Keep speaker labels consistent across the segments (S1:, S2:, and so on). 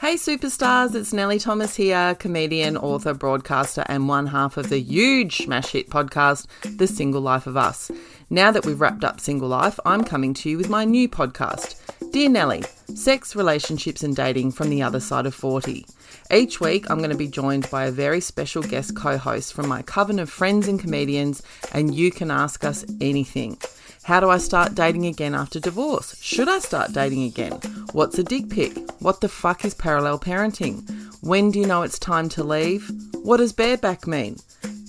S1: Hey, superstars, it's Nellie Thomas here, comedian, author, broadcaster, and one half of the huge smash hit podcast, The Single Life of Us. Now that we've wrapped up Single Life, I'm coming to you with my new podcast, Dear Nellie Sex, Relationships, and Dating from the Other Side of 40. Each week, I'm going to be joined by a very special guest co host from my coven of friends and comedians, and you can ask us anything. How do I start dating again after divorce? Should I start dating again? What's a dick pic? What the fuck is parallel parenting? When do you know it's time to leave? What does bareback mean?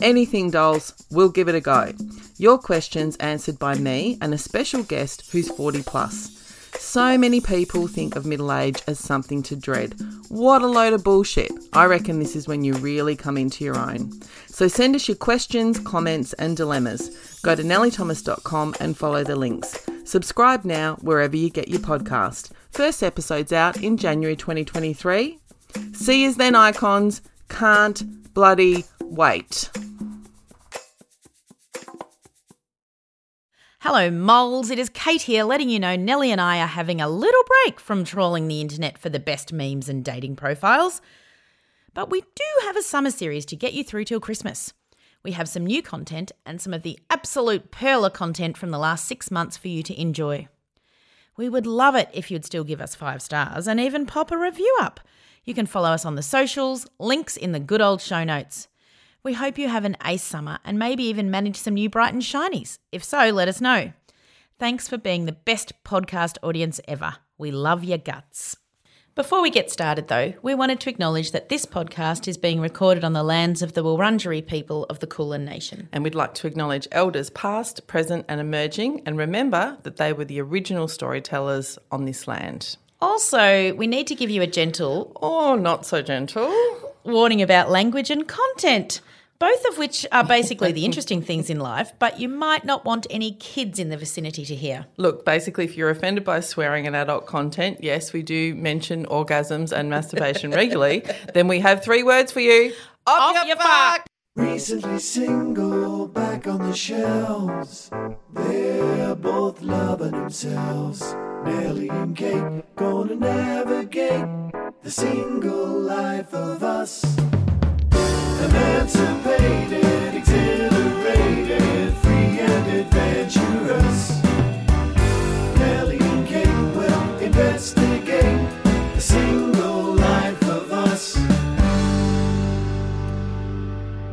S1: Anything, dolls, we'll give it a go. Your questions answered by me and a special guest who's 40 plus. So many people think of middle age as something to dread. What a load of bullshit. I reckon this is when you really come into your own. So send us your questions, comments, and dilemmas. Go to nellythomas.com and follow the links. Subscribe now wherever you get your podcast. First episode's out in January 2023. See yous then, icons. Can't bloody wait.
S2: Hello, moles. It is Kate here, letting you know Nellie and I are having a little break from trawling the internet for the best memes and dating profiles. But we do have a summer series to get you through till Christmas. We have some new content and some of the absolute pearl of content from the last six months for you to enjoy. We would love it if you'd still give us five stars and even pop a review up. You can follow us on the socials, links in the good old show notes. We hope you have an ace summer and maybe even manage some new Brighton Shinies. If so, let us know. Thanks for being the best podcast audience ever. We love your guts. Before we get started, though, we wanted to acknowledge that this podcast is being recorded on the lands of the Wurundjeri people of the Kulin Nation.
S1: And we'd like to acknowledge elders past, present, and emerging, and remember that they were the original storytellers on this land.
S2: Also, we need to give you a gentle
S1: Oh, not so gentle.
S2: warning about language and content, both of which are basically the interesting things in life, but you might not want any kids in the vicinity to hear.
S1: Look, basically, if you're offended by swearing and adult content, yes, we do mention orgasms and masturbation regularly, then we have three words for you. Off,
S2: your fuck.
S3: Recently single, back on the shelves. They're both loving themselves. Nellie and Kate gonna navigate the single life of us. Emancipated, exhilarated, free and adventurous. Nellie and Kate will investigate the single life of us.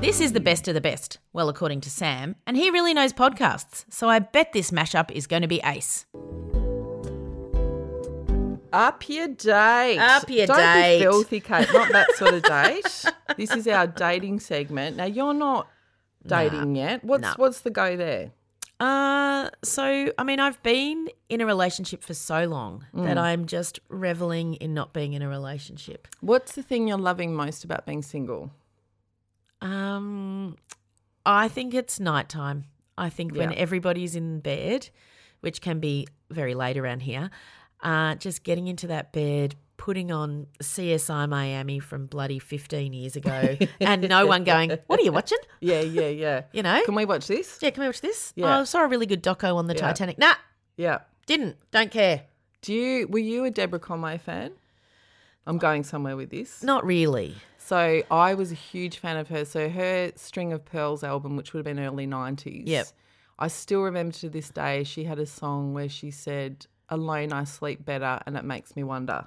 S2: This is the best of the best, well, according to Sam, and he really knows podcasts, so I bet this mashup is going to be ace.
S1: Up your date.
S2: Up your
S1: Don't
S2: date.
S1: Be filthy, Kate. Not that sort of date. this is our dating segment. Now you're not dating yet. What's
S2: Nah.
S1: what's the go there?
S2: Uh, so, I mean, I've been in a relationship for so long that I'm just reveling in not being in a relationship.
S1: What's the thing you're loving most about being single?
S2: Um, I think it's nighttime. I think when
S1: Yeah.
S2: everybody's in bed, which can be very late around here, uh, just getting into that bed, putting on CSI Miami from bloody 15 years ago, and no one going, What are you watching?
S1: Yeah, yeah, yeah.
S2: You know?
S1: Can we watch this?
S2: Yeah, can we watch this?
S1: Yeah.
S2: Oh, I saw a really good doco on the
S1: Yeah.
S2: Titanic. Nah,
S1: Yeah.
S2: didn't. Don't care.
S1: Do you were you a Deborah Conway fan? I'm going somewhere with this.
S2: Not really.
S1: So I was a huge fan of her. So her String of Pearls album, which would have been early nineties.
S2: Yep.
S1: I still remember to this day she had a song where she said, Alone I sleep better and it makes me wonder.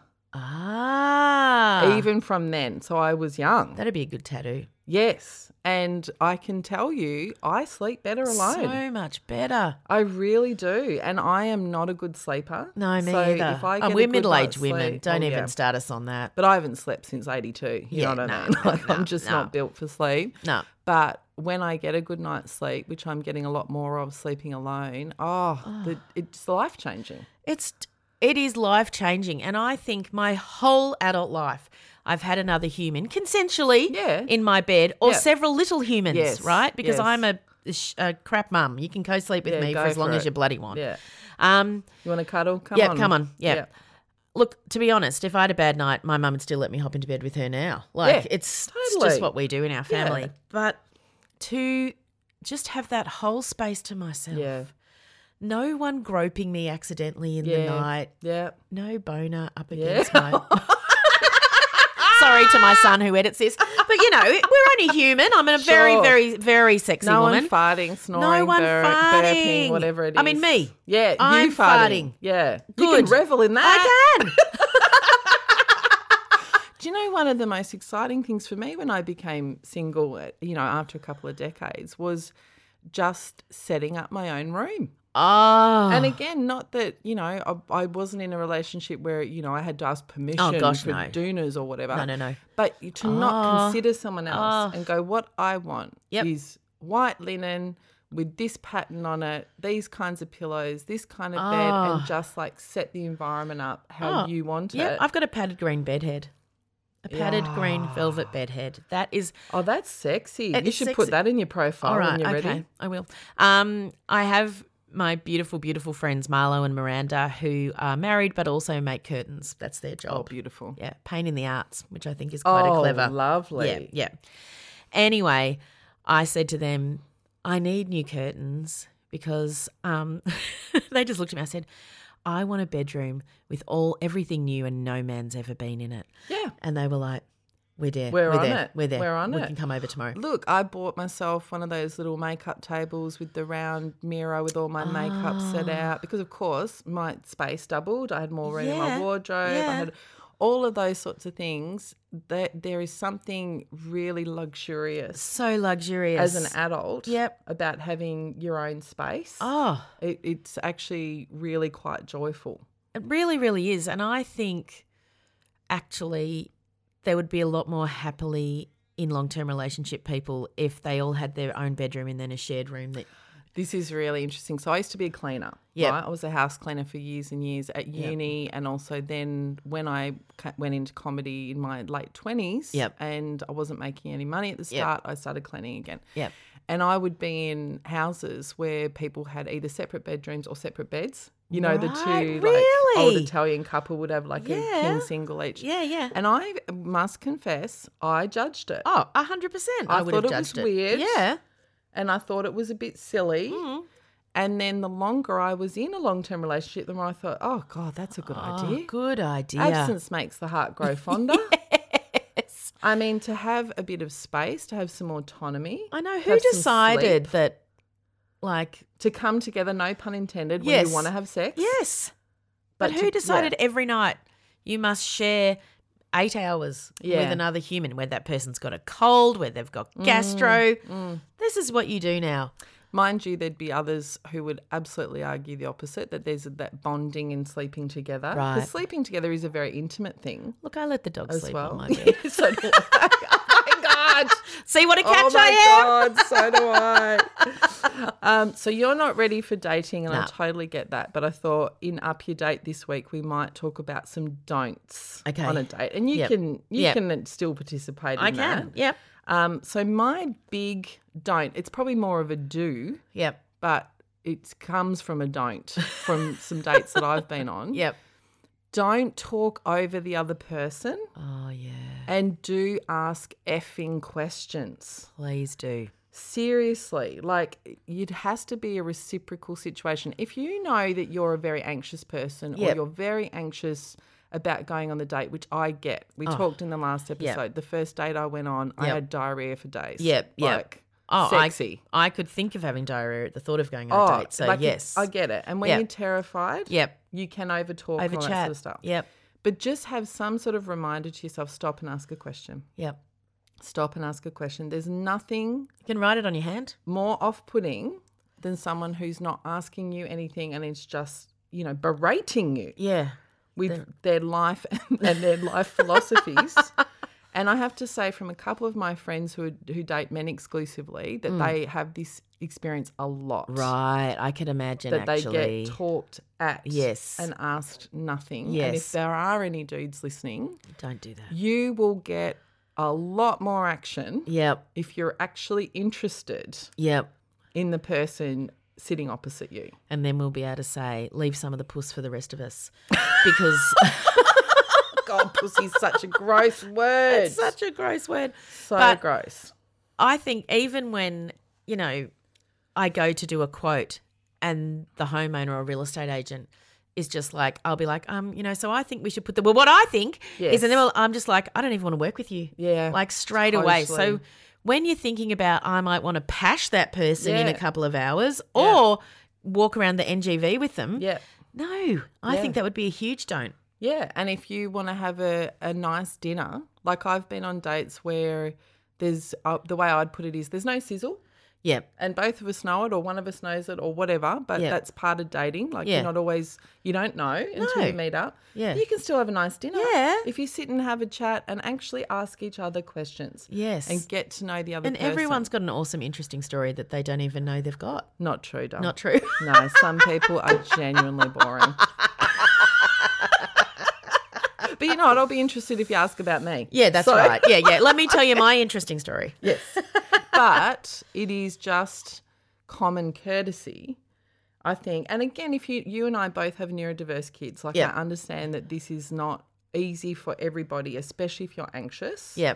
S2: Ah.
S1: Even from then. So I was young.
S2: That'd be a good tattoo.
S1: yes. And I can tell you, I sleep better alone.
S2: So much better.
S1: I really do. And I am not a good sleeper.
S2: No, me
S1: so
S2: either.
S1: If I
S2: oh,
S1: get a
S2: we're
S1: good
S2: middle aged
S1: night's
S2: women.
S1: sleep-
S2: Don't
S1: oh,
S2: even
S1: yeah.
S2: start us on that.
S1: But I haven't slept since 82. You
S2: Yeah,
S1: know what
S2: no,
S1: I mean?
S2: no,
S1: like,
S2: no,
S1: I'm just
S2: no.
S1: not built for sleep.
S2: No.
S1: But when I get a good night's sleep, which I'm getting a lot more of sleeping alone, oh, The, it's life changing.
S2: It's it is life changing, and I think my whole adult life, I've had another human consensually
S1: Yeah.
S2: in my bed, or
S1: Yeah.
S2: several little humans,
S1: Yes,
S2: right? Because
S1: yes.
S2: I'm a, sh- a crap mum. You can co-sleep with
S1: Yeah,
S2: me for
S1: go
S2: as long
S1: for
S2: as
S1: it.
S2: you bloody want.
S1: Yeah.
S2: Um.
S1: You want to cuddle? Come
S2: Yeah,
S1: on.
S2: come on. Yeah. Look, to be honest, if I had a bad night, my mum would still let me hop into bed with her now. Like
S1: Yeah,
S2: it's, it's
S1: totally.
S2: just what we do in our
S1: Yeah.
S2: family. But to just have that whole space to myself.
S1: Yeah.
S2: No one groping me accidentally in the
S1: Yeah.
S2: night.
S1: Yeah.
S2: No boner up against my. Sorry to my son who edits this, but you know we're only human. I'm a very,
S1: Sure.
S2: very, very sexy
S1: No
S2: woman.
S1: one farting, snoring,
S2: one
S1: bur- burping,
S2: farting.
S1: whatever it is.
S2: I mean, me.
S1: Yeah,
S2: I'm
S1: you farting.
S2: farting.
S1: Yeah, you
S2: Good.
S1: can revel in that.
S2: I can.
S1: Do you know one of the most exciting things for me when I became single, uh, you know, after a couple of decades, was just setting up my own room.
S2: Oh,
S1: And again, not that you know, I, I wasn't in a relationship where you know I had to ask permission
S2: Oh, gosh,
S1: for
S2: no.
S1: dooners or whatever.
S2: No, no, no.
S1: But you- to not
S2: Oh.
S1: consider someone else and go, what I want
S2: Yep.
S1: is white linen with this pattern on it, these kinds of pillows, this kind of bed,
S2: Ah.
S1: and just like set the environment up how
S2: Oh,
S1: you want
S2: yeah,
S1: it. Ah.
S2: I've got a padded green bedhead, a padded green velvet bedhead. That is
S1: oh, that's sexy.
S2: It
S1: you
S2: is
S1: should
S2: sexy.
S1: put that in your profile
S2: all right.
S1: when you're
S2: okay,
S1: ready.
S2: I will. Um, I have my beautiful, beautiful friends Marlo and Miranda who are married but also make curtains. That's their
S1: Oh,
S2: job.
S1: beautiful.
S2: yeah, pain in the arts, which I think is quite a
S1: Oh,
S2: clever.
S1: lovely.
S2: Yeah, yeah. Anyway, I said to them, I need new curtains because um, they just looked at me. I said, I want a bedroom with all everything new and no man's ever been in it.
S1: Yeah.
S2: And they were like, We're there.
S1: We're on
S2: there.
S1: it.
S2: We're there.
S1: We're on
S2: we
S1: it."
S2: can come over tomorrow.
S1: Look, I bought myself one of those little makeup tables with the round mirror with all my makeup set
S2: Ah.
S1: out because, of course, my space doubled. I had more room in
S2: Yeah,
S1: my wardrobe.
S2: yeah.
S1: I had all of those sorts of things. That there is something really luxurious
S2: So luxurious.
S1: as an adult
S2: Yep.
S1: about having your own space.
S2: Oh,
S1: It, it's actually really quite joyful.
S2: it really, really is. And I think actually there would be a lot more happily in long term relationship people if they all had their own bedroom and then a shared room that
S1: This is really interesting. So I used to be a cleaner.
S2: Yep.
S1: right? I was a house cleaner for years and years at uni, and also then when I ca- went into comedy in my late twenties,
S2: Yep.
S1: and I wasn't making any money at the
S2: Yep.
S1: start, I started cleaning again.
S2: Yep.
S1: And I would be in houses where people had either separate bedrooms or separate beds. You know, the
S2: Right,
S1: two like old
S2: really?
S1: Italian couple would have like a
S2: Yeah.
S1: king single each.
S2: Yeah, yeah.
S1: And I must confess, I judged it.
S2: Oh, a hundred percent.
S1: I
S2: I would
S1: thought
S2: have
S1: it was
S2: judged it.
S1: weird.
S2: Yeah. Mm-hmm.
S1: and I thought it was a bit silly.
S2: Hmm.
S1: And then the longer I was in a long term relationship, the more I thought, oh, God, that's a good idea.
S2: Ah, Good idea.
S1: Absence makes the heart grow fonder. I mean, to have a bit of space, to have some autonomy.
S2: I know
S1: to
S2: who
S1: have some
S2: decided
S1: sleep,
S2: that. Like
S1: to come together, no pun intended, when
S2: Yes.
S1: you want to have sex.
S2: yes, but,
S1: But
S2: who
S1: to-
S2: decided
S1: yeah.
S2: every night you must share eight hours with
S1: Yeah. Mm,
S2: another human, where that person's got a cold, where they've got gastro. This is what you do now.
S1: Mind you, there'd be others who would absolutely argue the opposite that there's that bonding and sleeping together. Because
S2: Right.
S1: sleeping together is a very intimate thing
S2: Look, I let the dog
S1: as
S2: sleep
S1: well.
S2: on my bed.
S1: so do I. oh my God.
S2: See what a
S1: oh
S2: catch
S1: my
S2: I am.
S1: god, so do I. um, so you're not ready for dating, and
S2: Nah.
S1: I totally get that. But I thought in up your date this week, we might talk about some don'ts
S2: Okay.
S1: on a date, and you
S2: Yep.
S1: can you
S2: Yep.
S1: can still participate. In
S2: I can.
S1: That.
S2: Yep.
S1: Um, so my big don't. It's probably more of a do,
S2: Yep.
S1: but it comes from a don't from some dates that I've been on.
S2: Yep.
S1: Don't talk over the other person,
S2: Oh yeah.
S1: and do ask effing questions.
S2: Please do.
S1: Seriously, like it has to be a reciprocal situation. If you know that you're a very anxious person
S2: Yep.
S1: or you're very anxious about going on the date, which I get. We talked in the last episode. The first date I went on, I
S2: Yep.
S1: had diarrhea for days.
S2: Yep, yep.
S1: Like,
S2: Oh,
S1: sexy.
S2: I, I could think of having diarrhea at the thought of going
S1: oh,
S2: on a date. So
S1: like, it-
S2: yes.
S1: I get it. And when
S2: Yep.
S1: you're terrified,
S2: Yep.
S1: you can over talk
S2: Over
S1: and all that
S2: chat.
S1: sort of stuff.
S2: Yep.
S1: But just have some sort of reminder to yourself, stop and ask a question.
S2: Yep.
S1: Stop and ask a question. There's nothing
S2: You can write it on your hand.
S1: more off-putting than someone who's not asking you anything and is just you know berating you
S2: Yeah.
S1: with their life and, and their life philosophies and i have to say from a couple of my friends who who date men exclusively that they have this experience a lot
S2: Mm. Right. I could imagine
S1: that they
S2: actually.
S1: get talked at
S2: Yes.
S1: and asked nothing and
S2: Yes.
S1: if there are any dudes listening
S2: Don't do that.
S1: you will get a lot more action
S2: Yep.
S1: if you're actually interested
S2: Yep.
S1: in the person sitting opposite you
S2: And then we'll be able to say, leave some of the puss for the rest of us. Because
S1: God, pussy's such a gross word.
S2: it's such a gross word.
S1: so
S2: but-
S1: gross.
S2: I think even when, you know, I go to do a quote and the homeowner or real estate agent is just like, I'll be like, um, you know, so I think we should put the well, what I think is,
S1: Yes.
S2: and then well, I'm just like, I don't even want to work with you,
S1: Yeah,
S2: like straight away. So
S1: totally.
S2: when you're thinking about, I might want to pash that person in a
S1: Yeah.
S2: couple of hours,
S1: Yeah.
S2: or walk around the NGV with them.
S1: Yeah.
S2: No, I
S1: Yeah.
S2: think that would be a huge don't.
S1: Yeah, and if you want to have a, a nice dinner, like I've been on dates where there's uh, the way I'd put it is there's no sizzle,
S2: Yeah.
S1: and both of us know it, or one of us knows it, or whatever. But
S2: Yeah.
S1: that's part of dating. Like
S2: Yeah.
S1: you're not always you don't know until
S2: No.
S1: you meet up.
S2: Yeah.
S1: you can still have a nice dinner.
S2: Yeah.
S1: if you sit and have a chat and actually ask each other questions.
S2: Yes.
S1: and get to know the other.
S2: And
S1: person.
S2: everyone's got an awesome, interesting story that they don't even know they've got.
S1: not true, darling.
S2: Not true.
S1: No, some people are genuinely boring. but you know what? I'll be interested if you ask about me.
S2: Yeah, that's
S1: So-
S2: right. Yeah, yeah. Let me tell you my interesting story.
S1: Yes. but it is just common courtesy, I think. And again, if you you and I both have neurodiverse kids, like
S2: Yeah.
S1: I understand that this is not easy for everybody, especially if you're anxious.
S2: Yeah.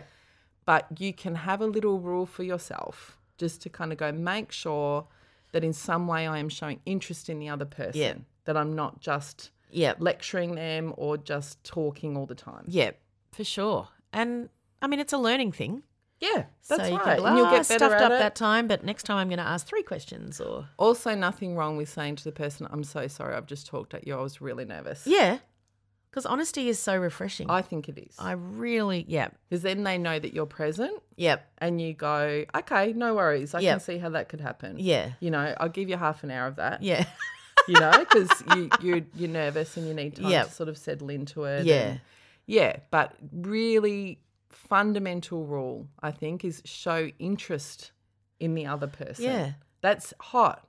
S1: But you can have a little rule for yourself just to kind of go make sure that in some way I am showing interest in the other person. That I'm not just
S2: Yeah.
S1: lecturing them or just talking all the time.
S2: Yeah, for sure. And I mean, it's a learning thing.
S1: Yeah, that's
S2: so you
S1: right.
S2: Can be like,
S1: and you'll
S2: "Oh,
S1: get
S2: I
S1: better
S2: stuffed
S1: at
S2: up
S1: it.
S2: that time, but next time I'm going to ask three questions or.
S1: Also, nothing wrong with saying to the person, "I'm so sorry, I've just talked at you. I was really nervous."
S2: Yeah. Because honesty is so refreshing.
S1: I think it is
S2: I really, yeah.
S1: because then they know that you're present,
S2: Yeah.
S1: and you go, "Okay, no worries. I
S2: Yeah.
S1: can see how that could happen."
S2: Yeah.
S1: you know, I'll give you half an hour of that.
S2: Yeah.
S1: you know, because you you're, you're nervous and you need time
S2: Yeah.
S1: to sort of settle into it.
S2: Yeah.
S1: and- yeah. But really, fundamental rule I think is show interest in the other person.
S2: Yeah.
S1: that's hot.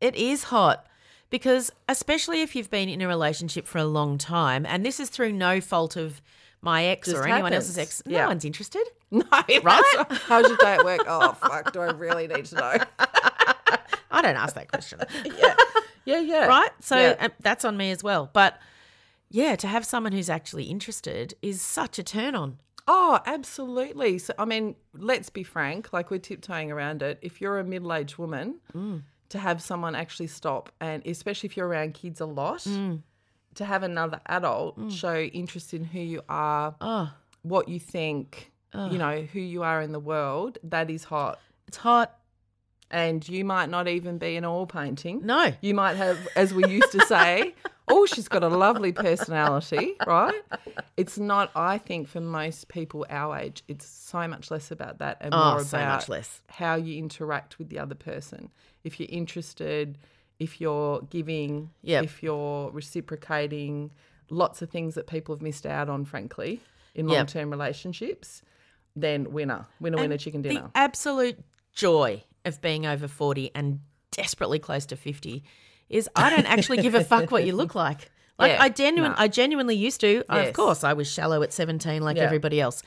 S2: It is hot because, especially if you've been in a relationship for a long time, and this is through no fault of my ex
S1: Just
S2: or anyone else's ex,
S1: happens.
S2: no
S1: Yeah.
S2: one's interested.
S1: No, right? How's your day at work? Oh fuck! Do I really need to know?
S2: I don't ask that question.
S1: Yeah, yeah.
S2: right? So
S1: Yeah.
S2: um, that's on me as well. But yeah, to have someone who's actually interested is such a turn on.
S1: oh, absolutely. So, I mean, let's be frank, like we're tiptoeing around it. If you're a middle aged woman, to have someone actually stop, and especially if you're around kids a lot, to have another adult show interest in who you are,
S2: Oh,
S1: what you think, you know, who you are in the world, that is hot.
S2: it's hot.
S1: And you might not even be an oil painting.
S2: No.
S1: You might have, as we used to say, oh, she's got a lovely personality, right? It's not, I think, for most people our age, it's so much less about that and
S2: Oh,
S1: more
S2: so
S1: about
S2: much less.
S1: how you interact with the other person. If you're interested, if you're giving,
S2: Yep.
S1: if you're reciprocating, lots of things that people have missed out on, frankly, in
S2: Yep.
S1: long term relationships, then winner, winner, winner, chicken dinner.
S2: The absolute joy of being over 40 and desperately close to 50 is I don't actually give a fuck what you look like. Like
S1: Yeah,
S2: I genuine,
S1: no.
S2: I genuinely used to. Of
S1: Yes.
S2: course, I was shallow at 17 like
S1: Yeah.
S2: everybody else.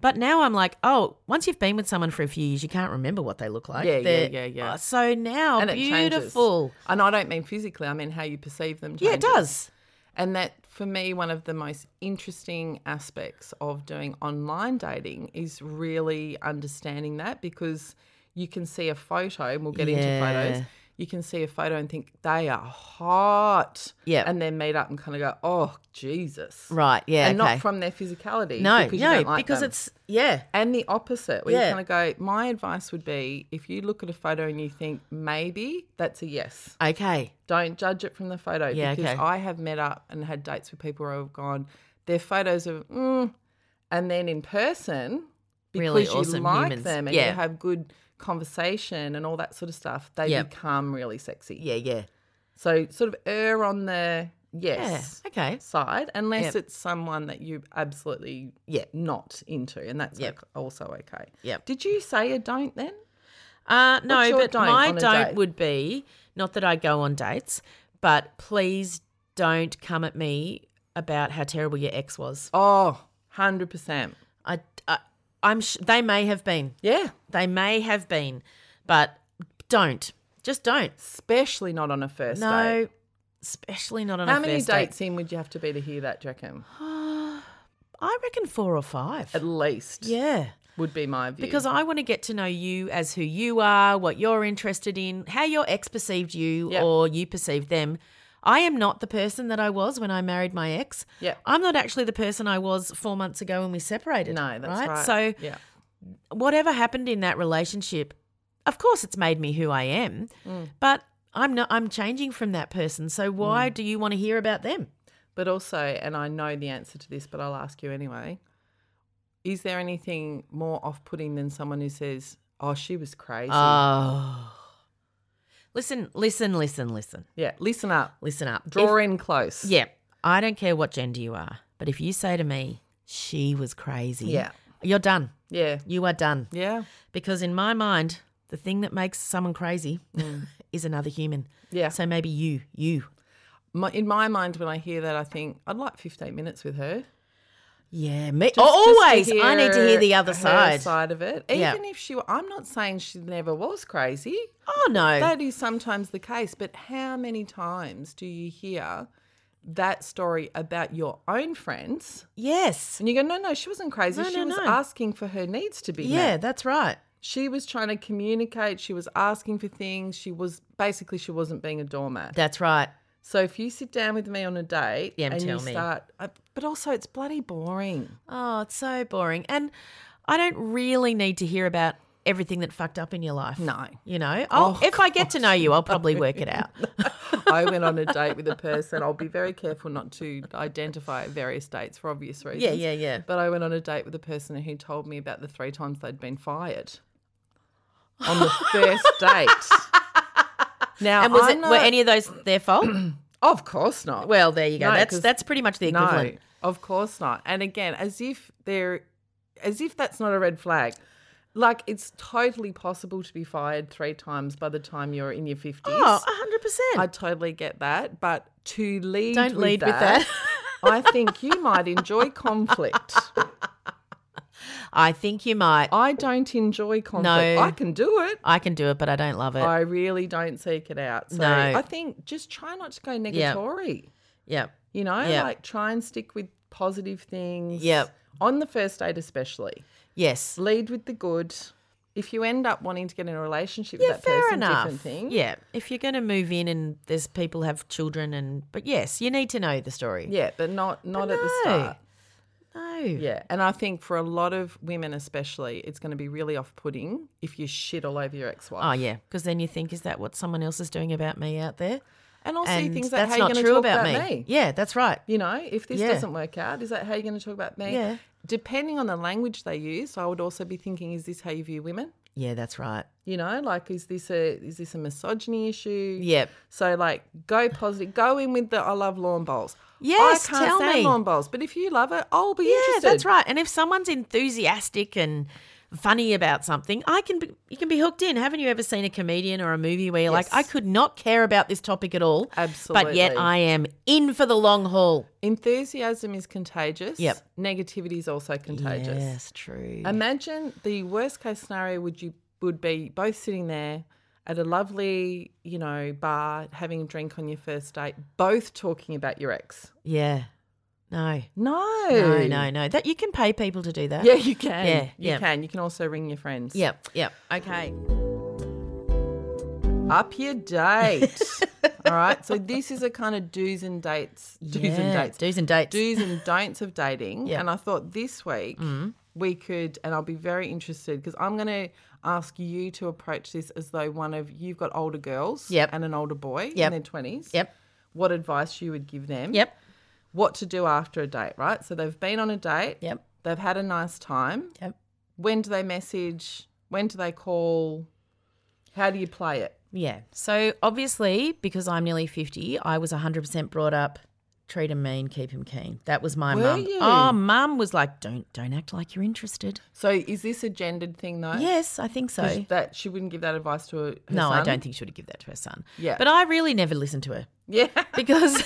S2: But now I'm like, oh, once you've been with someone for a few years, you can't remember what they look like.
S1: Yeah, yeah,
S2: They're-
S1: yeah, yeah.
S2: oh, so now
S1: and it
S2: beautiful.
S1: changes. And I don't mean physically, I mean how you perceive them.
S2: Yeah, it
S1: changes.
S2: does.
S1: And that, for me, one of the most interesting aspects of doing online dating is really understanding that because you can see a photo, and we'll get
S2: Yeah.
S1: into photos. You can see a photo and think they are hot,
S2: Yeah.
S1: and then meet up and kind of go, "Oh Jesus!"
S2: Right, yeah,
S1: and
S2: okay.
S1: not from their physicality.
S2: No,
S1: because you
S2: no,
S1: don't like
S2: because
S1: them.
S2: it's yeah,
S1: and the opposite, where
S2: Yeah.
S1: you kind of go. My advice would be if you look at a photo and you think maybe that's a yes,
S2: okay,
S1: don't judge it from the photo
S2: Yeah,
S1: because
S2: okay.
S1: I have met up and had dates with people where I've gone, their photos of, mm, and then in person, because
S2: Really
S1: you
S2: awesome
S1: like
S2: humans.
S1: them and
S2: Yeah.
S1: you have good conversation and all that sort of stuff, they
S2: Yeah.
S1: become really sexy.
S2: yeah, yeah,
S1: So sort of err on the yes
S2: yeah, okay,
S1: side, unless
S2: Yep.
S1: it's someone that you absolutely
S2: yeah,
S1: not into, and that's
S2: Yep.
S1: o- also okay.
S2: Yep.
S1: Did you say a don't then?
S2: Uh, no,
S1: your
S2: but
S1: don't
S2: my
S1: on a
S2: don't
S1: date?
S2: would be not that I go on dates, but please don't come at me about how terrible your ex was.
S1: Oh, 100%.
S2: I, I I'm sh- they may have been,
S1: Yeah.
S2: they may have been, but don't, just don't.
S1: Especially not on a first date.
S2: No, especially not on
S1: How
S2: a
S1: many
S2: first
S1: dates in would you have to be to hear that, do you reckon?
S2: date. I reckon four or five.
S1: At least.
S2: Yeah.
S1: would be my view.
S2: Because I want to get to know you as who you are, what you're interested in, how your ex perceived you
S1: Yep.
S2: or you perceived them. I am not the person that I was when I married my ex.
S1: Yep.
S2: I'm not actually the person I was four months ago when we separated.
S1: no, that's right.
S2: So
S1: yeah,
S2: whatever happened in that relationship, of course it's made me who I am.
S1: Mm.
S2: But I'm not I'm changing from that person. So
S1: Mm.
S2: why do you want to hear about them?
S1: but also, and I know the answer to this, but I'll ask you anyway. Is there anything more off-putting than someone who says, "Oh, she was crazy"?
S2: Oh. Listen, listen, listen, listen.
S1: yeah, listen up,
S2: Listen up. If-
S1: draw in close.
S2: Yeah. I don't care what gender you are, but if you say to me, she was crazy,
S1: Yeah.
S2: you're done.
S1: yeah,
S2: You are done.
S1: yeah,
S2: Because in my mind, the thing that makes someone crazy is another human.
S1: yeah.
S2: So maybe you, you.
S1: my, in my mind, when I hear that, I think I'd like 15 minutes with her.
S2: Yeah, me.
S1: Just- just to
S2: Oh, always. I need to hear the other
S1: her
S2: side.
S1: side of it. Even
S2: Yeah.
S1: if she, were- I'm not saying she never was crazy.
S2: Oh, no.
S1: That is sometimes the case, but how many times do you hear that story about your own friends?
S2: yes.
S1: And you go, no, no, she wasn't crazy.
S2: No,
S1: she
S2: no,
S1: was
S2: no.
S1: asking for her needs to be met.
S2: Yeah, that's right.
S1: She was trying to communicate. She was asking for things. She was basically she wasn't being a doormat.
S2: That's right.
S1: So if you sit down with me on a date
S2: Yeah,
S1: and
S2: tell
S1: you
S2: me.
S1: start, uh, but also it's bloody boring.
S2: Oh, it's so boring. And I don't really need to hear about everything that fucked up in your life.
S1: No.
S2: You know, I'll,
S1: Oh,
S2: if I get to know you, I'll probably work it out.
S1: I went on a date with a person. I'll be very careful not to identify various dates for obvious reasons.
S2: Yeah, yeah, yeah.
S1: But I went on a date with a person who told me about the three times they'd been fired on the first date. Now,
S2: And was
S1: i
S2: it were any of those their fault?
S1: Of course not.
S2: well, there you go.
S1: No,
S2: that's
S1: 'cause-
S2: that's pretty much the
S1: no,
S2: equivalent.
S1: of course not. And again, as if they're, as if that's not a red flag. Like it's totally possible to be fired three times by the time you're in your fifties.
S2: Oh, hundred percent.
S1: I totally get that, but to lead
S2: Don't
S1: with
S2: lead with
S1: that,
S2: that.
S1: I think you might enjoy conflict.
S2: I think you might.
S1: I don't enjoy conflict.
S2: No.
S1: I can do it.
S2: I can do it, but I don't love it.
S1: I really don't seek it out. So
S2: No.
S1: I think just try not to go negatory.
S2: yeah.
S1: You know,
S2: Yeah.
S1: like try and stick with positive things.
S2: Yep.
S1: On the first date especially.
S2: Yes.
S1: Lead with the good. If you end up wanting to get in a relationship
S2: Yeah,
S1: with that person,
S2: fair enough.
S1: different thing.
S2: Yeah. If you're going to move in and there's people have children and but yes, you need to know the story.
S1: Yeah, but not not at the
S2: no.
S1: start.
S2: No.
S1: Yeah, and I think for a lot of women, especially, it's going to be really off-putting if you shit all over your ex-wife.
S2: Oh yeah, because then you think, is that what someone else is doing about me out there?
S1: and also
S2: And
S1: things like
S2: that's
S1: how you're going
S2: not
S1: to
S2: true
S1: talk
S2: about, me.
S1: me.
S2: Yeah, that's right.
S1: You know, if this
S2: Yeah.
S1: doesn't work out, is that how you're going to talk about me?
S2: Yeah.
S1: Depending on the language they use, I would also be thinking, is this how you view women?
S2: Yeah, that's right.
S1: You know, like is this a is this a misogyny issue?
S2: Yep.
S1: So like, go positive. Go in with the I love lawn bowls.
S2: Yes,
S1: I can't
S2: tell
S1: stand
S2: me.
S1: lawn bowls, but if you love it, I'll be
S2: Yeah,
S1: interested.
S2: that's right. And if someone's enthusiastic and funny about something, I can be, you can be hooked in. Haven't you ever seen a comedian or a movie where you're
S1: Yes.
S2: like, I could not care about this topic at all, but
S1: Absolutely.
S2: yet I am in for the long haul.
S1: Enthusiasm is contagious.
S2: Yep.
S1: Negativity is also contagious.
S2: Yes, true.
S1: Imagine the worst case scenario would you would be both sitting there at a lovely, you know, bar having a drink on your first date, both talking about your ex.
S2: yeah, no,
S1: No.
S2: no, no, no. That you can pay people to do that.
S1: Yeah, you can.
S2: Yeah,
S1: you
S2: yeah.
S1: can. You can also ring your friends.
S2: Yep. Yep. Okay.
S1: Up your date. All right. So this is a kind of do's and dates. Do's and
S2: Yeah,
S1: dates.
S2: Do's and dates.
S1: do's and don'ts of dating.
S2: Yeah. Mm.
S1: And I thought this week we could, and I'll be very interested because I'm going to ask you to approach this as though one of you've got older girls
S2: Yep.
S1: and an older boy in
S2: Yep.
S1: their 20s.
S2: Yep.
S1: What advice you would give them.
S2: Yep.
S1: What to do after a date, right? So they've been on a date.
S2: Yep.
S1: They've had a nice time.
S2: Yep.
S1: When do they message? When do they call? How do you play it?
S2: Yeah. So obviously, because I'm nearly 50, I was 100% brought up treat him mean, keep him keen. That was my
S1: Were
S2: mum.
S1: you?
S2: Oh, mum was like, don't don't act like you're interested.
S1: So is this a gendered thing though?
S2: Yes, I think so.
S1: 'Cause That she wouldn't give that advice to her. her
S2: no, I
S1: son?
S2: don't think she would give that to her son.
S1: Yeah.
S2: But I really never listened to her
S1: Yeah,
S2: because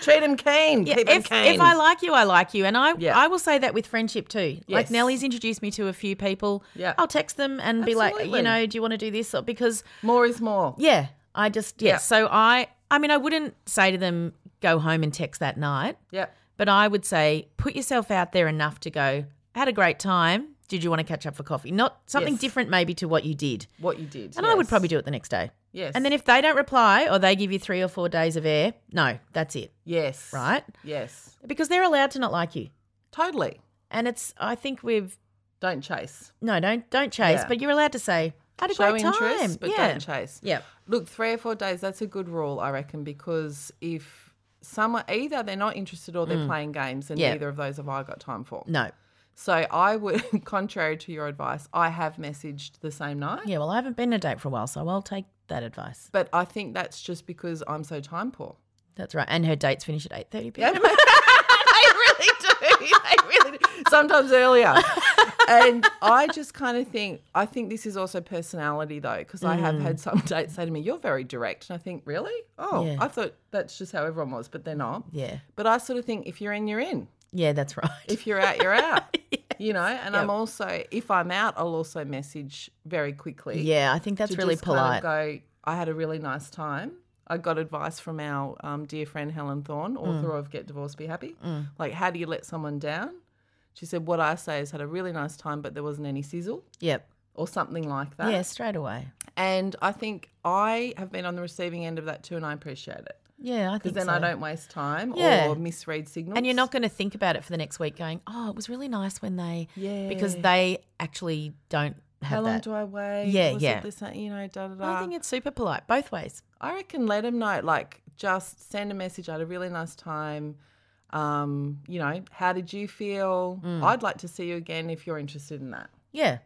S1: treat him keen.
S2: Yeah,
S1: keep him
S2: if,
S1: keen.
S2: if I like you, I like you. And I
S1: Yeah.
S2: I will say that with friendship too.
S1: Yes.
S2: Like Nellie's introduced me to a few people.
S1: Yeah.
S2: I'll text them and be like,
S1: Absolutely.
S2: you know, do you want to do this? Or because
S1: more is more.
S2: Yeah, I just yeah.
S1: Yeah.
S2: So I I mean I wouldn't say to them go home and text that night,
S1: Yeah,
S2: but I would say put yourself out there enough to go had a great time. Did you want to catch up for coffee? Not something
S1: Yes.
S2: different, maybe, to what you did.
S1: What you did.
S2: And I would probably do it the next day.
S1: Yes.
S2: And then if they don't reply or they give you three or four days of air, no, that's it,
S1: Yes.
S2: right?
S1: Yes.
S2: Because they're allowed to not like you.
S1: Totally.
S2: And it's, I think we've,
S1: Don't chase.
S2: no, don't don't chase,
S1: Yeah.
S2: but you're allowed to say, I had a
S1: Show
S2: great time.
S1: interest, but
S2: yeah.
S1: don't chase.
S2: Yeah.
S1: Look, three or four days, that's a good rule, I reckon, because if someone, either they're not interested or they're playing games, and
S2: Mm. Yeah.
S1: neither of those have I got time for.
S2: No.
S1: So I would, contrary to your advice, I have messaged the same night.
S2: Yeah, well, I haven't been on a date for a while, so I'll take that advice.
S1: But I think that's just because I'm so time poor.
S2: That's right. And her dates finish at 8.30 p.m.
S1: I really do. I really do. Sometimes earlier. and I just kind of think, I think this is also personality though, because I have had some dates say to me, You're very direct. And I think, Really? Oh,
S2: Mm. Yeah.
S1: I thought that's just how everyone was, but they're not.
S2: Yeah.
S1: But I sort of think, if you're in, you're in.
S2: Yeah, that's right.
S1: If you're out, you're out. You know, and I'm also, if I'm out, I'll also message very quickly.
S2: Yeah, I think that's
S1: to
S2: really
S1: just kind of
S2: polite.
S1: go, I had a really nice time. I got advice from our um, dear friend Helen Thorne,
S2: Mm.
S1: author of Get Divorced, Be Happy. Like, how do you let someone down? She said, What I say is, had a really nice time, but there wasn't any sizzle
S2: Yep.
S1: or something like that.
S2: Yeah, straight away.
S1: And I think I have been on the receiving end of that too, and I appreciate it.
S2: Yeah, I think
S1: Because then I
S2: so.
S1: don't waste time
S2: Yeah.
S1: or misread signals.
S2: And you're not going to think about it for the next week going, oh, it was really nice when they, because
S1: Yeah.
S2: they actually don't have
S1: How long
S2: that.
S1: do I wait?
S2: Yeah,
S1: Was
S2: yeah.
S1: It this, you know, da da da.
S2: I think it's super polite both ways.
S1: I reckon let them know, like, just send a message. I had a really nice time. Um, you know, how did you feel?
S2: Mm.
S1: I'd like to see you again if you're interested in that.
S2: Yeah.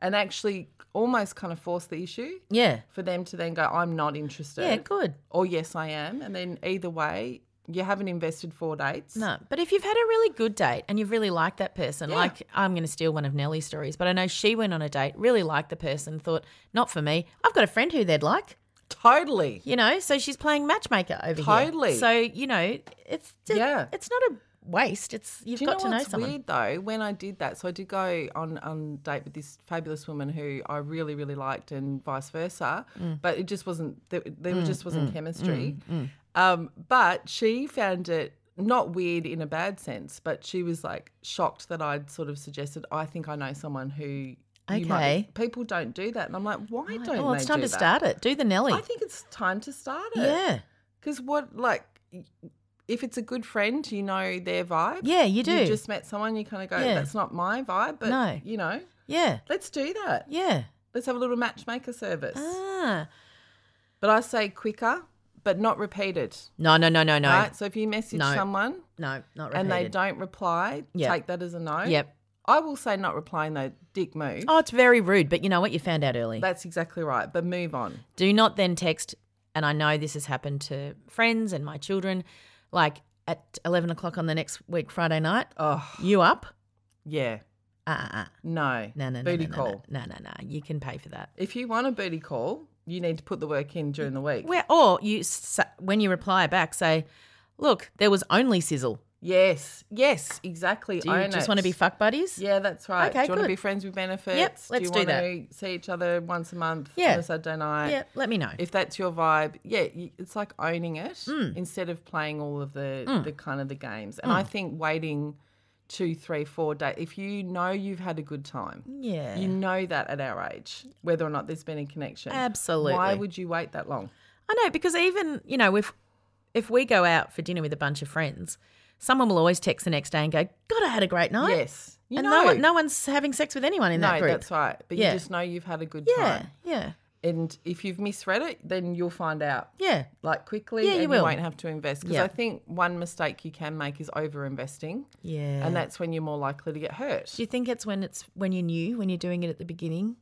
S1: And actually, almost kind of force the issue
S2: Yeah.
S1: for them to then go, I'm not interested.
S2: Yeah, good.
S1: Or yes, I am. And then either way, you haven't invested four dates.
S2: No, but if you've had a really good date and you've really liked that person, like I'm going to steal one of Nellie's stories, but I know she went on a date, really liked the person, thought, not for me. I've got a friend who they'd like,
S1: Totally.
S2: you know, so she's playing matchmaker over
S1: Totally.
S2: here. So, you know, it's just,
S1: Yeah.
S2: it's not a waste. It's, you've
S1: Do you
S2: got
S1: know
S2: to know
S1: what's
S2: someone.
S1: weird though? When I did that, so I did go on on date with this fabulous woman who I really really liked, and vice versa.
S2: Mm.
S1: But it just wasn't there. there just wasn't chemistry. Um, but she found it not weird in a bad sense, but she was like shocked that I'd sort of suggested. I think I know someone who. You might,
S2: Okay.
S1: be-" people don't do that, and I'm like, why don't?
S2: oh,
S1: they
S2: it's time
S1: do
S2: to
S1: that?
S2: start it. Do the Nelly.
S1: I think it's time to start it.
S2: yeah.
S1: Because what, like, if it's a good friend, you know their vibe.
S2: Yeah, you do.
S1: You just met someone, you kind of go,
S2: Yeah.
S1: that's not my vibe, but,
S2: No.
S1: you know,
S2: Yeah.
S1: let's do that.
S2: Yeah.
S1: Let's have a little matchmaker service.
S2: Ah.
S1: But I say quicker, but not repeated.
S2: No, no, no, no, no.
S1: Right? So if you message
S2: No.
S1: someone
S2: No, not repeated.
S1: and they don't reply,
S2: Yep.
S1: take that as a no.
S2: Yep.
S1: I will say not replying, though, dick move.
S2: Oh, it's very rude, but you know what? You found out early.
S1: That's exactly right, but move on.
S2: Do not then text, and I know this has happened to friends and my children, like at 11 o'clock on the next week, Friday night,
S1: Oh,
S2: you up?
S1: yeah.
S2: Uh, uh, uh.
S1: No.
S2: No, no, no.
S1: Booty
S2: no, no,
S1: call.
S2: No, no, no, no. You can pay for that.
S1: If you want a booty call, you need to put the work in during the week.
S2: Where, or you, s- when you reply back, say, look, there was only sizzle.
S1: Yes, yes, exactly.
S2: Do you
S1: Own it.
S2: just want to be fuck buddies?
S1: Yeah, that's right.
S2: Okay,
S1: do you want
S2: good.
S1: to be friends with benefits?
S2: let's
S1: do, you want
S2: do that.
S1: to see each other once a month
S2: Yeah.
S1: on a Saturday night?
S2: Yeah, let me know.
S1: If that's your vibe, yeah, y- it's like owning it
S2: Hmm.
S1: instead of playing all of the, the kind of the games. And I think waiting two, three, four days, if you know you've had a good time,
S2: yeah.
S1: you know that at our age, whether or not there's been a connection. Why
S2: Absolutely.
S1: would you wait that long?
S2: I know because even you know if if we go out for dinner with a bunch of friends, someone will always text the next day and go, "God, I had a great night."
S1: Yes. You
S2: and
S1: know.
S2: no one, no one's having sex with anyone in
S1: No,
S2: that group.
S1: that's right. But
S2: Yeah.
S1: you just know you've had a good
S2: yeah,
S1: time.
S2: yeah,
S1: And if you've misread it, then you'll find out.
S2: yeah,
S1: like quickly
S2: Yeah, you
S1: and you,
S2: will.
S1: won't have to invest because
S2: Yeah.
S1: i think one mistake you can make is over investing
S2: yeah.
S1: and that's when you're more likely to get hurt
S2: Do you think it's when it's when you're new, when you're doing it at the beginning?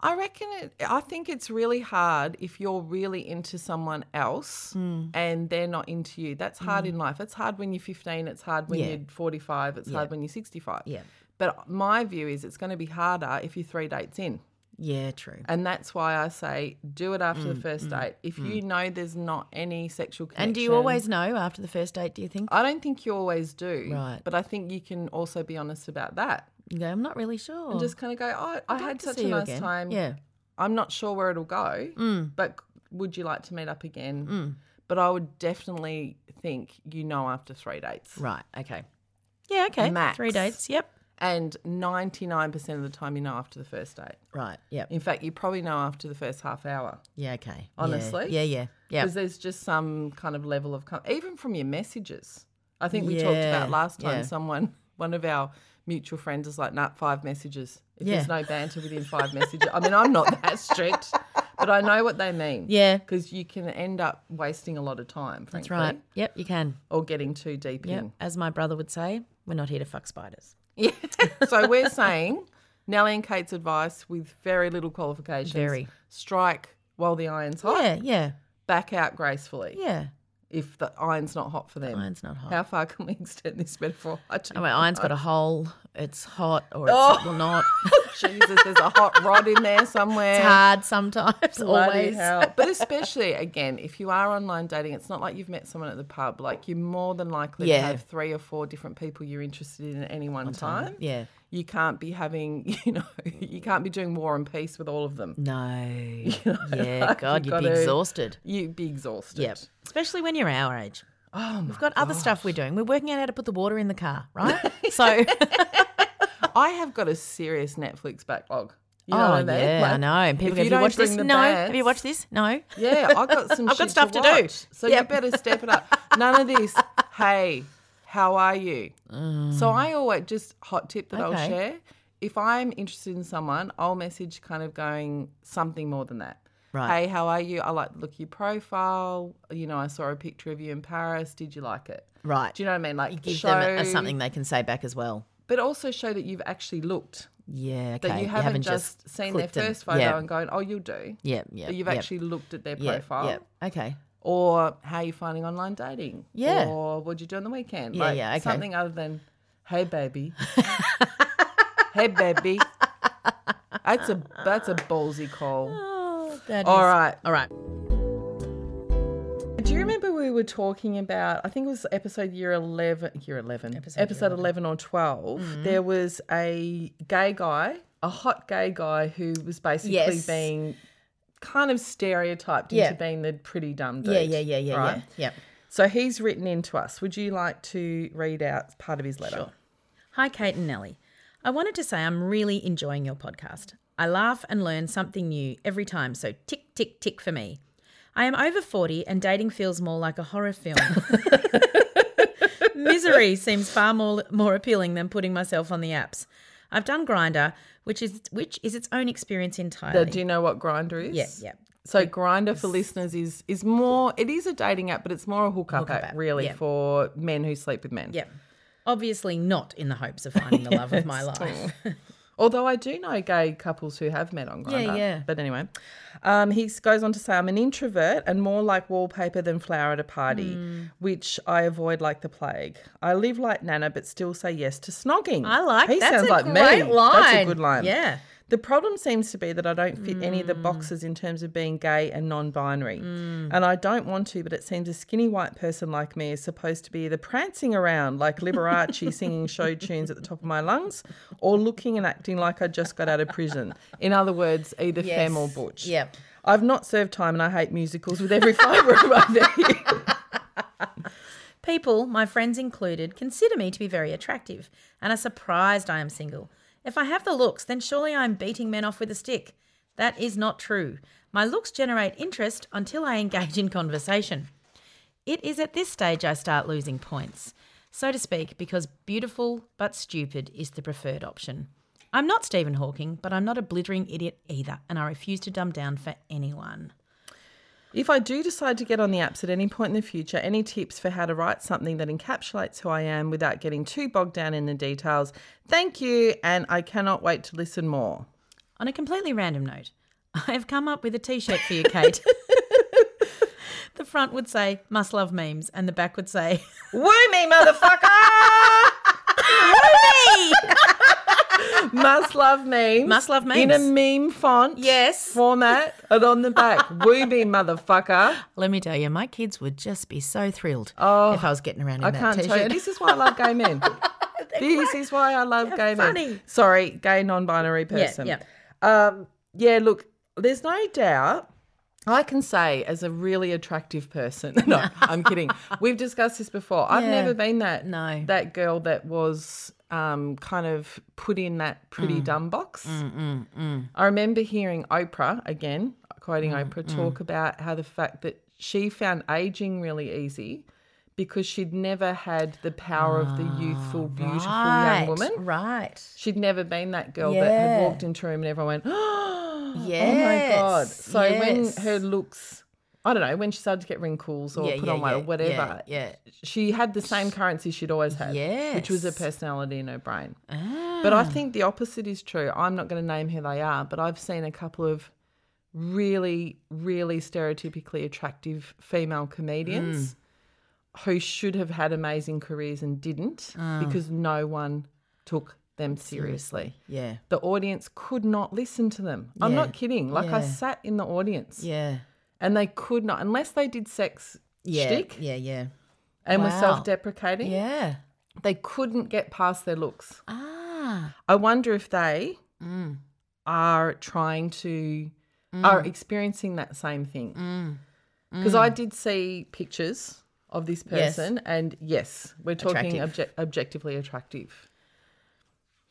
S1: i reckon it i think it's really hard if you're really into someone else
S2: Mm.
S1: and they're not into you that's hard in life it's hard when you're 15 it's hard when
S2: Yeah.
S1: you're 45 it's hard when you're 65
S2: Yeah.
S1: but my view is it's going to be harder if you're three dates in
S2: Yeah, true.
S1: and that's why i say do it after the first date if you know there's not any sexual connection
S2: Mm, And do you always know after the first date? Do you think?
S1: um, I don't think you always do.
S2: Right.
S1: But I think you can also be honest about that
S2: You go, I'm not really sure.
S1: and just kind of go, oh, I
S2: I'd like
S1: had
S2: to
S1: such
S2: see
S1: a
S2: you
S1: nice
S2: again."
S1: time.
S2: Yeah, Mm.
S1: I'm not sure where it'll go, but would you like to meet up again? But I would definitely think you know after three dates.
S2: right. Okay. Yeah, okay.
S1: Max.
S2: Three dates. Yep.
S1: And 99% of the time, you know after the first date.
S2: Right. Yep.
S1: In fact, you probably know after the first half hour.
S2: Yeah. Okay. Yeah.
S1: Honestly?
S2: Yeah. Yeah. Yeah.
S1: Because there's just some kind of level of, com- even from your messages. I think we talked
S2: Yeah,
S1: about last time
S2: yeah.
S1: someone, one of our mutual friends is like, nah, five messages. If there's
S2: Yeah.
S1: no banter within five messages. I mean, I'm not that strict, but I know what they mean.
S2: Yeah.
S1: Because you can end up wasting a lot of time, frankly.
S2: That's right. Yep. You can.
S1: Or getting too deep
S2: Yep.
S1: in.
S2: As my brother would say, we're not here to fuck spiders.
S1: Yeah. so we're saying Nellie and Kate's advice with very little qualifications.
S2: Very.
S1: Strike while the iron's hot.
S2: Yeah. Yeah.
S1: Back out gracefully
S2: Yeah.
S1: if the iron's not hot for them.
S2: Iron's not hot.
S1: How far can we extend this metaphor? I do
S2: Oh, my iron's got a hole. It's hot or it's
S1: Oh.
S2: will not.
S1: Jesus, there's a hot rod in there somewhere.
S2: It's hard sometimes.
S1: Bloody
S2: always.
S1: hell. But especially again, if you are online dating, it's not like you've met someone at the pub. Like you're more than likely
S2: Yeah.
S1: to have three or four different people you're interested in at any one, time.
S2: Yeah.
S1: You can't be having, you know, you can't be doing war and peace with all of them.
S2: No. yeah. God, you'd be
S1: gotta-
S2: exhausted.
S1: You'd be exhausted.
S2: Yep. Especially when you're our age.
S1: Oh my
S2: We've got other stuff we're doing. We're working out how to put the water in the car, right? so.
S1: I have got a serious Netflix backlog. You know
S2: oh
S1: what I mean?
S2: yeah,
S1: Like,
S2: I know. And people
S1: if
S2: go, "Have you
S1: don't
S2: watched this?
S1: bring
S2: No.
S1: the
S2: Have you
S1: bands-
S2: watched this? No.
S1: Yeah, I've got some.
S2: I've got
S1: shit
S2: stuff to do.
S1: watch. so
S2: Yep.
S1: you better step it up. None of this. Hey, how are you? So I always just hot tip that I'll
S2: Mm. Okay.
S1: share. If I'm interested in someone, I'll message kind of going something more than that.
S2: Right.
S1: Hey, how are you? I like the look of your profile. You know, I saw a picture of you in Paris. Did you like it?
S2: Right.
S1: Do you know what I mean? Like
S2: Give
S1: show,
S2: them a- a something they can say back as well.
S1: but also show that you've actually looked.
S2: Yeah. Okay.
S1: That you, haven't just, seen their
S2: clicked and-
S1: first photo
S2: Yeah.
S1: and going, oh, you'll do.
S2: yeah. Yeah.
S1: But you've
S2: yeah,
S1: actually looked at their
S2: yeah,
S1: profile
S2: Yeah. Okay.
S1: or how you finding online dating.
S2: Yeah.
S1: Or what'd you do on the weekend?
S2: Yeah, yeah, okay.
S1: Something other than, hey baby. hey baby. That's a that's a ballsy call.
S2: Oh, that
S1: All right.
S2: All right.
S1: Do you remember we were talking about? I think it was episode year eleven, year eleven, episode, eleven or 12
S2: Mm-hmm.
S1: There was a gay guy, a hot gay guy who was basically
S2: Yes.
S1: being kind of stereotyped
S2: Yeah.
S1: into being the pretty dumb dude.
S2: Yeah. Yeah. Yeah. Yeah.
S1: right?
S2: Yeah. Yeah.
S1: So he's written in to us. Would you like to read out part of his letter?
S2: Hi, Kate and Nellie. I wanted to say I'm really enjoying your podcast. I laugh and learn something new every time, so tick, tick, tick for me. I am over 40 and dating feels more like a horror film. Misery seems far more, more appealing than putting myself on the apps. I've done Grinder, which is which is its own experience entirely.
S1: Uh, Do you know what Grinder is?
S2: yeah, yeah.
S1: So Grinder for listeners is is more. It is a dating app, but it's more a hookup, app,
S2: app,
S1: really,
S2: yeah.
S1: for men who sleep with men.
S2: Yeah. Obviously not in the hopes of finding the love of my life.
S1: Although I do know gay couples who have met on Grindr.
S2: yeah.
S1: But anyway, um, he s- goes on to say, I'm an introvert and more like wallpaper than flower at a party,
S2: Mm.
S1: which I avoid like the plague. I live like Nana, but still say yes to snogging.
S2: I like
S1: He
S2: that's
S1: sounds
S2: a
S1: like
S2: great
S1: me.
S2: line.
S1: That's a good line.
S2: Yeah.
S1: The problem seems to be that I don't fit any of
S2: Hmm.
S1: the boxes in terms of being gay and non binary. And I don't want to, but it seems a skinny white person like me is supposed to be either prancing around like Liberace singing show tunes at the top of my lungs or looking and acting like I just got out of prison. In other words, either femme or
S2: Yes.
S1: butch.
S2: Yep.
S1: I've not served time and I hate musicals with every fibre of my being.
S2: People, my friends included, consider me to be very attractive and are surprised I am single. If I have the looks, then surely I am beating men off with a stick. That is not true. My looks generate interest until I engage in conversation. It is at this stage I start losing points, so to speak, because beautiful but stupid is the preferred option. I'm not Stephen Hawking, but I'm not a blithering idiot either, and I refuse to dumb down for anyone.
S1: If I do decide to get on the apps at any point in the future, any tips for how to write something that encapsulates who I am without getting too bogged down in the details? Thank you, and I cannot wait to listen more.
S2: On a completely random note, I have come up with a t shirt for you, Kate. the front would say, must love memes, and the back would say,
S1: Woo me, motherfucker! Must love memes.
S2: Must love
S1: In a
S2: memes.
S1: meme font.
S2: Yes.
S1: Format. And on the back, woo me, motherfucker.
S2: Let me tell you, my kids would just be so thrilled if I was getting around in
S1: Oh, I
S2: that
S1: can't
S2: t
S1: tell you.
S2: shirt.
S1: This is why I love gay men. this is why I love gay
S2: funny.
S1: men. Sorry, gay non-binary
S2: Yeah,
S1: person.
S2: yeah.
S1: Um, yeah, look, there's no doubt I can say, as a really attractive person, no, I'm kidding. We've discussed this before. I've
S2: Yeah.
S1: never been that
S2: No.
S1: that girl that was um, kind of put in that pretty
S2: Mm.
S1: dumb box. I remember hearing Oprah again, quoting
S2: Mm,
S1: Oprah, talk about how the fact that she found aging really easy because she'd never had the power of the youthful,
S2: Ah,
S1: beautiful young woman.
S2: Right.
S1: She'd never been that girl that had
S2: Yeah.
S1: walked into a room and everyone went,
S2: Yes.
S1: Oh my god! So
S2: yes.
S1: when her looks, I don't know, when she started to get wrinkles or
S2: Yeah,
S1: put
S2: yeah,
S1: on weight or
S2: yeah,
S1: whatever,
S2: yeah, yeah.
S1: she had the same currency she'd always had, which was her
S2: Yes. Ah.
S1: personality in her brain. But I think the opposite is true. I'm not going to name who they are, but I've seen a couple of really, really stereotypically attractive female comedians
S2: Mm.
S1: who should have had amazing careers and didn't
S2: Ah.
S1: because no one took them seriously
S2: yeah,
S1: the audience could not listen to them. I'm
S2: Yeah.
S1: not kidding. Like I
S2: Yeah.
S1: sat in the audience
S2: yeah,
S1: and they could not, unless they did sex
S2: yeah,
S1: shtick
S2: yeah, yeah,
S1: and were
S2: Wow.
S1: self-deprecating,
S2: yeah.
S1: they couldn't get past their looks.
S2: Ah,
S1: I wonder if they
S2: Mm.
S1: are trying to are experiencing that same thing.
S2: Mm.
S1: Because I did see pictures of this
S2: Yes.
S1: person, and yes, we're talking
S2: Attractive.
S1: obje- objectively attractive.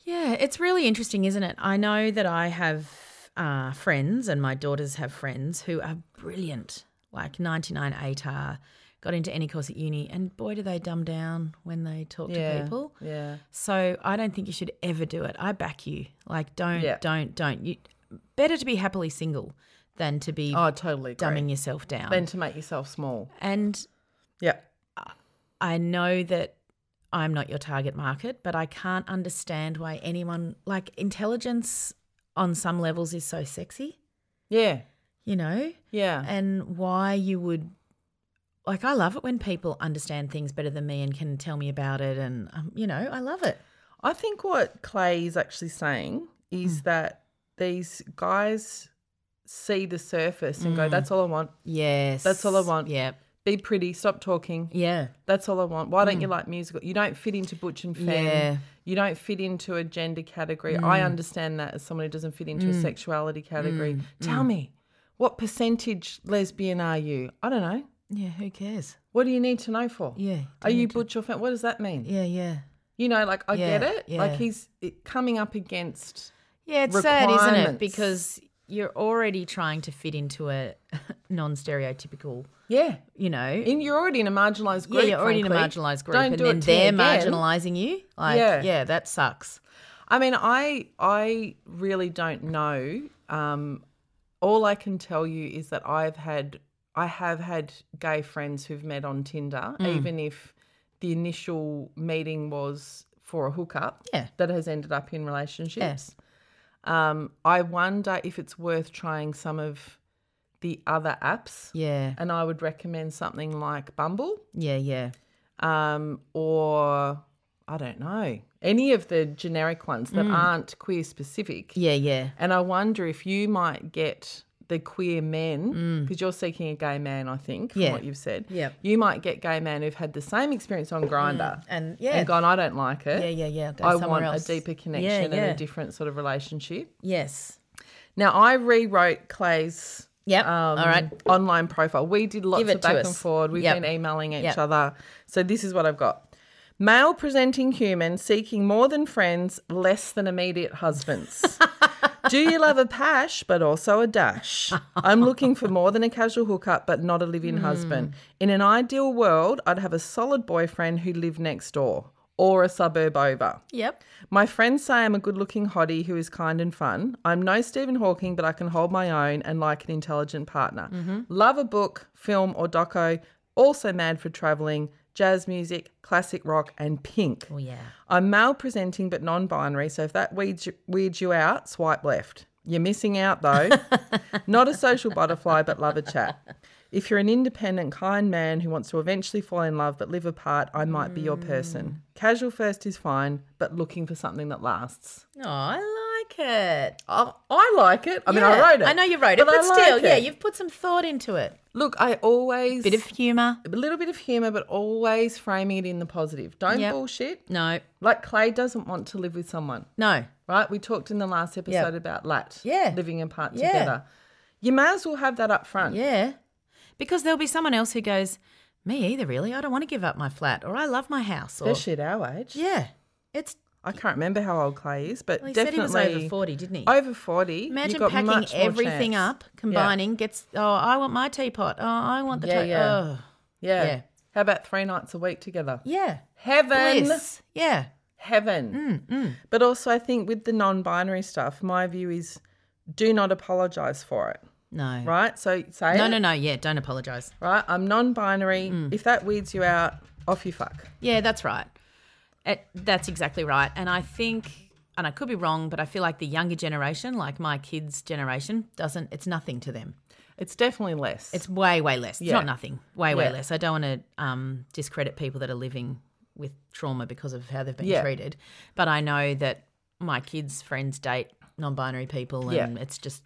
S2: yeah. It's really interesting, isn't it? I know that I have uh, friends, and my daughters have friends who are brilliant, like ninety nine ATAR. Got into any course at uni, and boy, do they dumb down when they talk to
S1: Yeah,
S2: people.
S1: yeah.
S2: So I don't think you should ever do it. I back you. Like, don't,
S1: Yeah.
S2: don't, don't. You better to be happily single than to be
S1: Oh, I totally. Agree.
S2: dumbing yourself down.
S1: Then to make yourself small.
S2: and
S1: Yeah.
S2: I know that I'm not your target market, but I can't understand why anyone like intelligence on some levels is so sexy,
S1: Yeah.
S2: you know,
S1: Yeah.
S2: and why you would like I love it when people understand things better than me and can tell me about it and um, you know, I love it.
S1: I think what Clay is actually saying
S2: Hmm.
S1: is that these guys see the surface and go,
S2: Hmm.
S1: that's all I want.
S2: Yes.
S1: That's all I want.
S2: Yeah.
S1: Be pretty. Stop talking.
S2: Yeah.
S1: That's all I want. Why don't you like musical? You don't fit into Butch and Fan.
S2: Hmm. Yeah. Hmm.
S1: You don't fit into a gender category. I understand that as someone who doesn't fit into a sexuality category.
S2: Hmm.
S1: Tell me, what percentage lesbian are you? I don't know.
S2: Yeah, who cares?
S1: What do you need to know for?
S2: Yeah,
S1: Are you Butch or Fan? What does that mean?
S2: Yeah, yeah.
S1: You know, like, I
S2: Yeah,
S1: get it.
S2: yeah.
S1: Like, he's it, coming up against.
S2: Yeah, it's sad, isn't it?
S1: requirements.
S2: Because you're already trying to fit into a non-stereotypical,
S1: Yeah.
S2: you know,
S1: And you're already in a marginalised
S2: Yeah,
S1: group.
S2: you're already in a
S1: frankly.
S2: marginalised group,
S1: Don't
S2: and
S1: do
S2: then
S1: it to me
S2: they're
S1: again.
S2: marginalising you. Like, yeah.
S1: Yeah.
S2: that sucks.
S1: I mean, I I really don't know. Um, all I can tell you is that I've had I have had gay friends who've met on Tinder,
S2: Hmm.
S1: even if the initial meeting was for a hookup.
S2: Yeah.
S1: That has ended up in relationships. Um, I wonder if it's worth trying some of the other apps.
S2: Yeah,
S1: And I would recommend something like Bumble.
S2: yeah, yeah,
S1: um, or I don't know, any of the generic ones that aren't queer specific.
S2: Mm. yeah, yeah,
S1: And I wonder if you might get the queer men, because you're seeking a gay man, I think, from
S2: Mm. Yeah.
S1: what you've said.
S2: Yep.
S1: You might get gay men who've had the same experience on Grinder
S2: and yeah,
S1: and gone, I don't like it.
S2: yeah, yeah, yeah. Go
S1: I
S2: somewhere
S1: want
S2: else.
S1: a deeper connection
S2: Yeah,
S1: and
S2: yeah.
S1: a different sort of relationship.
S2: Yes.
S1: Now, I rewrote Clay's
S2: Yep.
S1: um,
S2: All right.
S1: online profile. We did lots
S2: Give it
S1: of back
S2: to
S1: and
S2: us.
S1: forward. We've
S2: Yep.
S1: been emailing each
S2: Yep.
S1: other. So this is what I've got. Male presenting human seeking more than friends, less than immediate husbands. Do you love a pash but also a dash? I'm looking for more than a casual hookup but not a live
S2: Hmm.
S1: in husband. In an ideal world, I'd have a solid boyfriend who lived next door or a suburb over.
S2: Yep.
S1: My friends say I'm a good looking hottie who is kind and fun. I'm no Stephen Hawking, but I can hold my own and like an intelligent partner. Love a book, film, or doco. Also mad for traveling, jazz music, classic rock, and pink.
S2: Well, Oh, yeah.
S1: I'm male presenting but non binary, so if that weeds you, weirds you out, swipe left. You're missing out though. Not a social butterfly, but love a chat. If you're an independent, kind man who wants to eventually fall in love but live apart, I might be your person.
S2: Mm.
S1: Casual first is fine, but looking for something that lasts.
S2: Oh, I like it.
S1: I, I like it. I mean, I
S2: Oh, Yeah,
S1: wrote it.
S2: I know you wrote it, but,
S1: I like
S2: still, yeah,
S1: it.
S2: you've put some thought into it.
S1: Look, I always
S2: Bit of humour.
S1: a little bit of humor, but always framing it in the positive. Don't
S2: Yep.
S1: bullshit.
S2: No,
S1: Like Clay doesn't want to live with someone.
S2: no.
S1: right? We talked in the last episode about LAT,
S2: Yeah.
S1: living apart
S2: Yeah.
S1: together. You may as well have that up front.
S2: Yeah. Because there'll be someone else who goes, Me either, really. I don't want to give up my flat or I love my house. Or,
S1: Especially at our age.
S2: yeah. It's,
S1: I can't remember how old Clay is, but
S2: well, he said
S1: definitely
S2: he was over 40, didn't he?
S1: Over 40.
S2: Imagine
S1: you've got
S2: packing
S1: much more
S2: everything
S1: chance.
S2: up, combining, gets, oh, I want my teapot. Oh, I want the
S1: Yeah,
S2: yeah,
S1: yeah.
S2: Oh.
S1: Yeah.
S2: Yeah.
S1: How about three nights a week together?
S2: Yeah.
S1: Heaven.
S2: Bliss. Mm, Yeah.
S1: Heaven. But also, I think with the non binary stuff, my view is do not apologize for it,
S2: No.
S1: right? So say,
S2: No,
S1: it,
S2: no, Mm. no. Yeah. Don't apologize.
S1: right? I'm non binary. If that weeds you out, off you fuck.
S2: Yeah, that's right. It, that's exactly right. And I think, and I could be wrong, but I feel like the younger generation, like my kids' generation, doesn't, it's nothing to them.
S1: It's definitely less.
S2: It's way, way less. It's
S1: Yeah.
S2: not nothing. Way, way
S1: Yeah.
S2: less. I don't want to um, discredit people that are living with trauma because of how they've been
S1: Yeah.
S2: treated. But I know that my kids' friends date non binary people, and
S1: Yeah.
S2: it's just,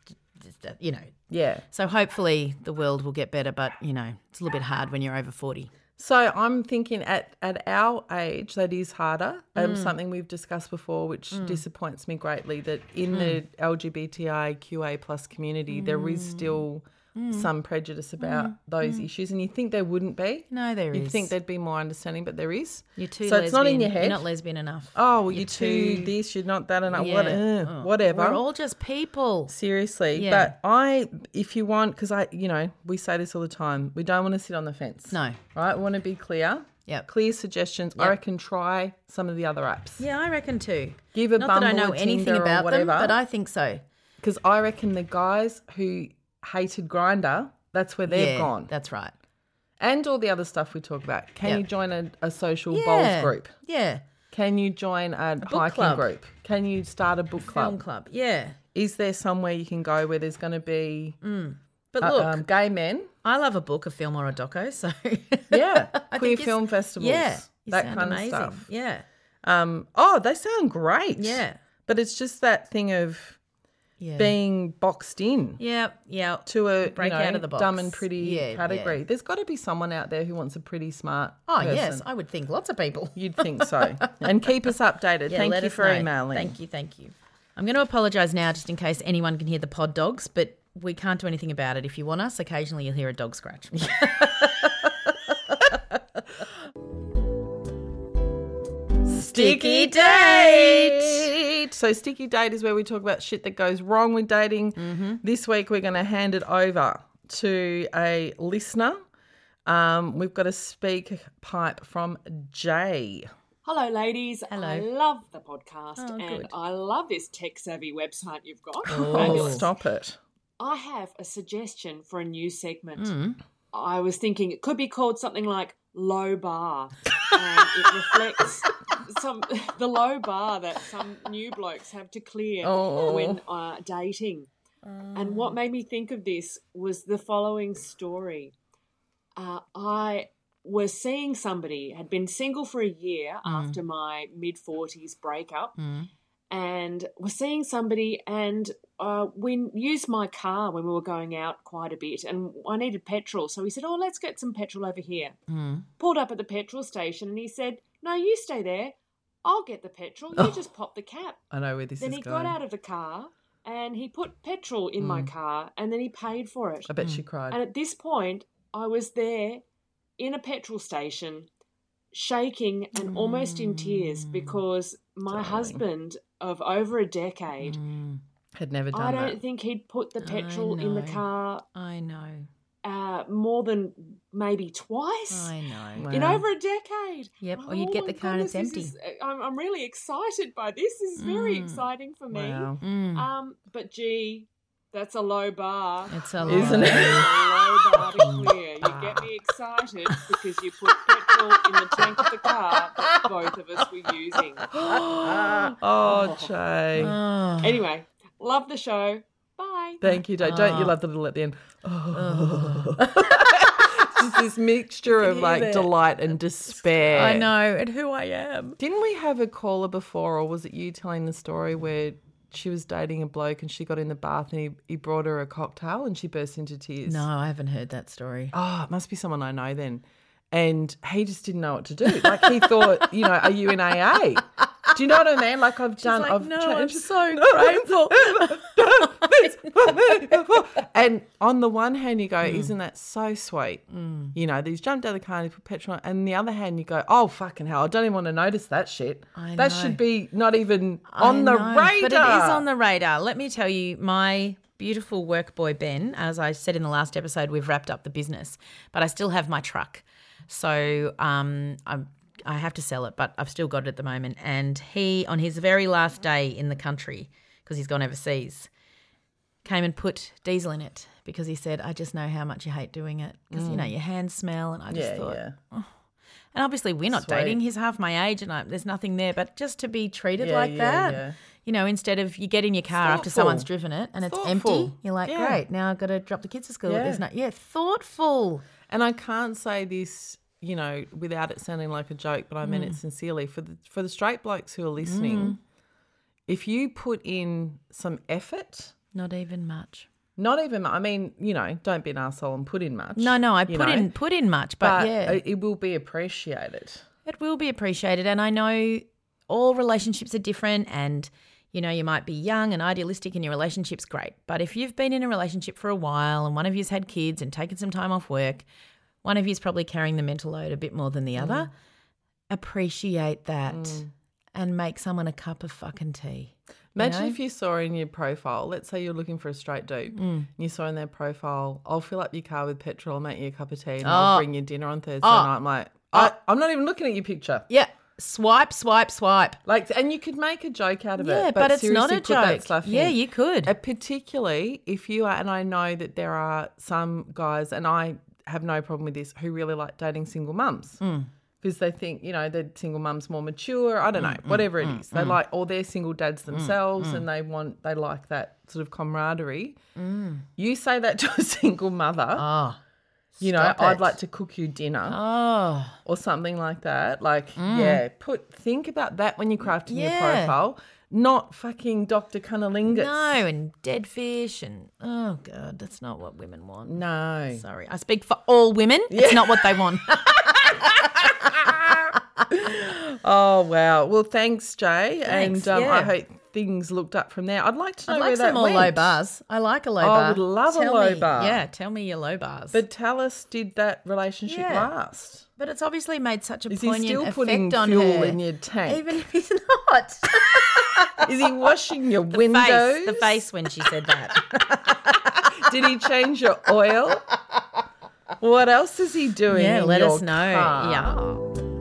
S2: you know.
S1: yeah.
S2: So hopefully the world will get better, but, you know, it's a little bit hard when you're over 40.
S1: So I'm thinking at, at our age that is harder.
S2: Mm.
S1: Um, something we've discussed before, which disappoints me greatly, that in
S2: Hmm.
S1: the LGBTIQA plus community, there
S2: Mm.
S1: is still some prejudice about those issues, and you think there wouldn't be.
S2: No, there
S1: You'd
S2: is.
S1: think there'd be more understanding, but there is.
S2: You're too
S1: so
S2: lesbian.
S1: it's not in your head.
S2: You're not lesbian enough.
S1: oh, well, you're, too, this. You're not that enough. What,
S2: Yeah. Oh.
S1: uh, whatever.
S2: We're all just people.
S1: Seriously,
S2: Yeah.
S1: but I, if you want, because I, you know, we say this all the time, we don't want to sit on the fence.
S2: No.
S1: Right? We want to be clear
S2: Yep.
S1: clear suggestions. I reckon try some of the other apps.
S2: Yeah, I reckon too.
S1: Give a
S2: Not
S1: Bumble,
S2: that I know
S1: a
S2: anything
S1: Tinder, or
S2: about them,
S1: whatever.
S2: but I think so.
S1: Because I reckon the guys who hated Grinder, that's where they've
S2: yeah,
S1: gone.
S2: That's right.
S1: And all the other stuff we talk about. Can
S2: Yeah.
S1: you join a, a social
S2: Yeah,
S1: bowls group?
S2: Yeah.
S1: Can you join a, hiking
S2: club.
S1: group? Can you start a book club?
S2: Film club. Yeah.
S1: Is there somewhere you can go where there's going to be
S2: But
S1: uh,
S2: Mm. look,
S1: um, gay men?
S2: I love a book, a film, or a doco. So
S1: Yeah,
S2: I
S1: queer
S2: think you-
S1: film festivals.
S2: Yeah, you
S1: that
S2: sound
S1: kind
S2: amazing.
S1: of stuff.
S2: Yeah,
S1: Um, oh, they sound great.
S2: yeah,
S1: but it's just that thing of
S2: yeah.
S1: being boxed in.
S2: yeah, yeah.
S1: to a
S2: Break
S1: you know,
S2: out of the box.
S1: dumb and pretty
S2: Yeah, yeah.
S1: category. There's got to be someone out there who wants a pretty smart.
S2: Oh
S1: person.
S2: yes, I would think lots of people.
S1: you'd think so. and keep us updated.
S2: Yeah,
S1: Thank
S2: let
S1: you
S2: us
S1: for
S2: know.
S1: emailing.
S2: Thank you, thank you. I'm going to apologise now, just in case anyone can hear the pod dogs, but we can't do anything about it. If you want us, occasionally you'll hear a dog scratch. Sticky date.
S1: So sticky date is where we talk about shit that goes wrong with dating.
S2: Mm-hmm.
S1: This week we're going to hand it over to a listener. Um, we've got a speak pipe from Jay.
S4: Hello, ladies.
S2: Hello.
S4: I love the podcast
S2: Oh,
S4: and
S2: good.
S4: I love this tech savvy website you've got.
S1: Oh,
S4: Fabulous.
S1: stop it!
S4: I have a suggestion for a new segment.
S2: Mm-hmm.
S4: I was thinking it could be called something like Low Bar. and it reflects some the low bar that some new blokes have to clear
S1: Oh.
S4: when uh, dating. And what made me think of this was the following story. Uh, I was seeing somebody, had been single for a year after my mid 40s breakup, and was seeing somebody, and uh, we used my car when we were going out quite a bit, and I needed petrol. So he said, Oh, let's get some petrol over here. Pulled up at the petrol station, and he said, No, you stay there. I'll get the petrol. You just pop the cap
S1: I know where this
S4: then
S1: is
S4: he
S1: going.
S4: got out of the car and he put petrol in my car and then he paid for it.
S1: I
S2: Hmm.
S1: bet she cried.
S4: And at this point, I was there in a petrol station, shaking and almost in
S2: Mm.
S4: tears because my husband of over a decade,
S2: Mm.
S1: Had never
S4: I
S1: done
S4: don't
S1: that.
S4: think he'd put the
S2: I
S4: petrol in the
S2: know.
S4: car
S2: I know.
S4: uh, more than maybe twice.
S2: I know.
S1: Wow.
S4: in over a decade.
S2: Yep,
S4: And I
S2: or you
S4: thought,
S2: get
S4: "Oh
S2: the
S4: my
S2: car and it's
S4: goodness, this Is, uh, I'm, I'm really excited by this. This is very
S2: Mm.
S4: exciting for me.
S1: Wow.
S2: Mm.
S4: Um, but gee, that's a low bar.
S2: It's a
S1: Isn't
S4: Oh,
S2: lie.
S1: it?
S4: A low bar to clear. You get me excited because you put petrol in the tank of the car that both of us were using.
S1: oh, Jay.
S2: Oh.
S4: Anyway, love the show. Bye.
S1: Thank you, Jay. Don't you
S2: Ah.
S1: love the little at the end? Oh. Just this mixture of like
S2: Oh. hear that.
S1: delight and despair.
S2: I know, and who I am.
S1: Didn't we have a caller before, or was it you telling the story where she was dating a bloke and she got in the bath and he, he brought her a cocktail and she burst into tears?
S2: No, I haven't heard that story.
S1: Oh, it must be someone I know then. And he just didn't know what to do. Like he thought, you know, are you in AA? Do you know what I mean? Like I've done.
S2: like,
S1: I've
S2: "No,
S1: changed."
S2: I'm so grateful.
S1: and on the one hand, you go,
S2: Mm.
S1: "Isn't that so sweet?" You know, these jumped out of the car and put petrol. on. And on the other hand, you go, "Oh fucking hell! I don't even want to notice that shit.
S2: I
S1: that
S2: know.
S1: should be not even
S2: I
S1: on the
S2: know,
S1: radar."
S2: But it is on the radar. Let me tell you, my beautiful work boy Ben, as I said in the last episode, we've wrapped up the business, but I still have my truck. So um, I, I have to sell it, but I've still got it at the moment. And he, on his very last day in the country, because he's gone overseas, came and put diesel in it because he said, I just know how much you hate doing it because, you know, your hands smell. And I just
S1: Yeah,
S2: thought,
S1: yeah.
S2: and obviously, we're not
S1: Sweet.
S2: dating. He's half my age, and I, there's nothing there. But just to be treated
S1: Yeah,
S2: like
S1: yeah,
S2: that,
S1: yeah.
S2: you know, instead of you get in your car
S1: Thoughtful.
S2: after someone's driven it and it's empty,
S1: Thoughtful.
S2: you're like,
S1: Yeah.
S2: great. Now I've got to drop the kids to school.
S1: Yeah.
S2: There's no, yeah, thoughtful.
S1: And I can't say this, you know, without it sounding like a joke, but I meant
S2: Mm.
S1: it sincerely. For the for the straight blokes who are listening, if you put in some effort,
S2: Not even much.
S1: not even mu- I mean, you know, don't be an asshole and put in much.
S2: No, no, I
S1: you
S2: put
S1: know,
S2: in put in much, but,
S1: but
S2: yeah,
S1: it- it will be appreciated.
S2: it will be appreciated. And I know all relationships are different, and you know, you might be young and idealistic, and your relationship's great. But if you've been in a relationship for a while, and one of you's had kids and taken some time off work, one of you's probably carrying the mental load a bit more than the other. Appreciate that and make someone a cup of fucking tea.
S1: Imagine if you saw in your profile, let's say you're looking for a straight
S2: Mm.
S1: dude, and you saw in their profile, I'll fill up your car with petrol, I'll make you a cup of tea, and
S2: Oh.
S1: I'll bring you dinner on Thursday night. I'm like, I, I'm not even looking at your picture.
S2: Yeah. Swipe, swipe, swipe.
S1: Like, and you could make a joke out of it.
S2: Yeah, but, it's not
S1: seriously,
S2: a
S1: put that
S2: joke.
S1: stuff
S2: yeah,
S1: in.
S2: you could.
S1: Uh, particularly if you are, and I know that there are some guys, and I have no problem with this, who really like dating single mums
S2: Hmm.
S1: because they think you know the single mum's more mature. I don't
S2: Hmm,
S1: know, whatever it is, they like, or they're single dads themselves, and they want they like that sort of camaraderie. You say that to a single mother,
S2: Hmm. Oh,
S1: you know,
S2: stop
S1: I'd
S2: it.
S1: like to cook you dinner
S2: oh,
S1: or something like that. Like, yeah, put think about that when you're crafting your
S2: Mm. Yeah.
S1: profile, not fucking Dr. Cunnilingus.
S2: no, and dead fish, and oh, God, that's not what women want.
S1: No.
S2: Sorry, I speak for all women. It's not what they want.
S1: Oh wow. Well, thanks, Jay,
S2: Thanks,
S1: and um, I
S2: yeah.
S1: hope things looked up from there. I'd like to know
S2: I
S1: where
S2: like
S1: that
S2: some more
S1: went.
S2: low bars. I like a low
S1: I
S2: bar.
S1: would love a
S2: Tell
S1: low
S2: me-
S1: bar.
S2: Yeah, tell me your low bars. But,
S1: But tell us, did that relationship
S2: Yeah.
S1: last?
S2: but it's obviously made such a
S1: Is he
S2: poignant
S1: still
S2: effect
S1: putting
S2: on
S1: fuel
S2: her.
S1: in your tank?
S2: Even if he's not.
S1: Is he washing your
S2: The
S1: windows?
S2: face, the face when she said that.
S1: Did he change your oil? What else is he doing?
S2: yeah,
S1: in
S2: let
S1: your
S2: us know.
S1: car?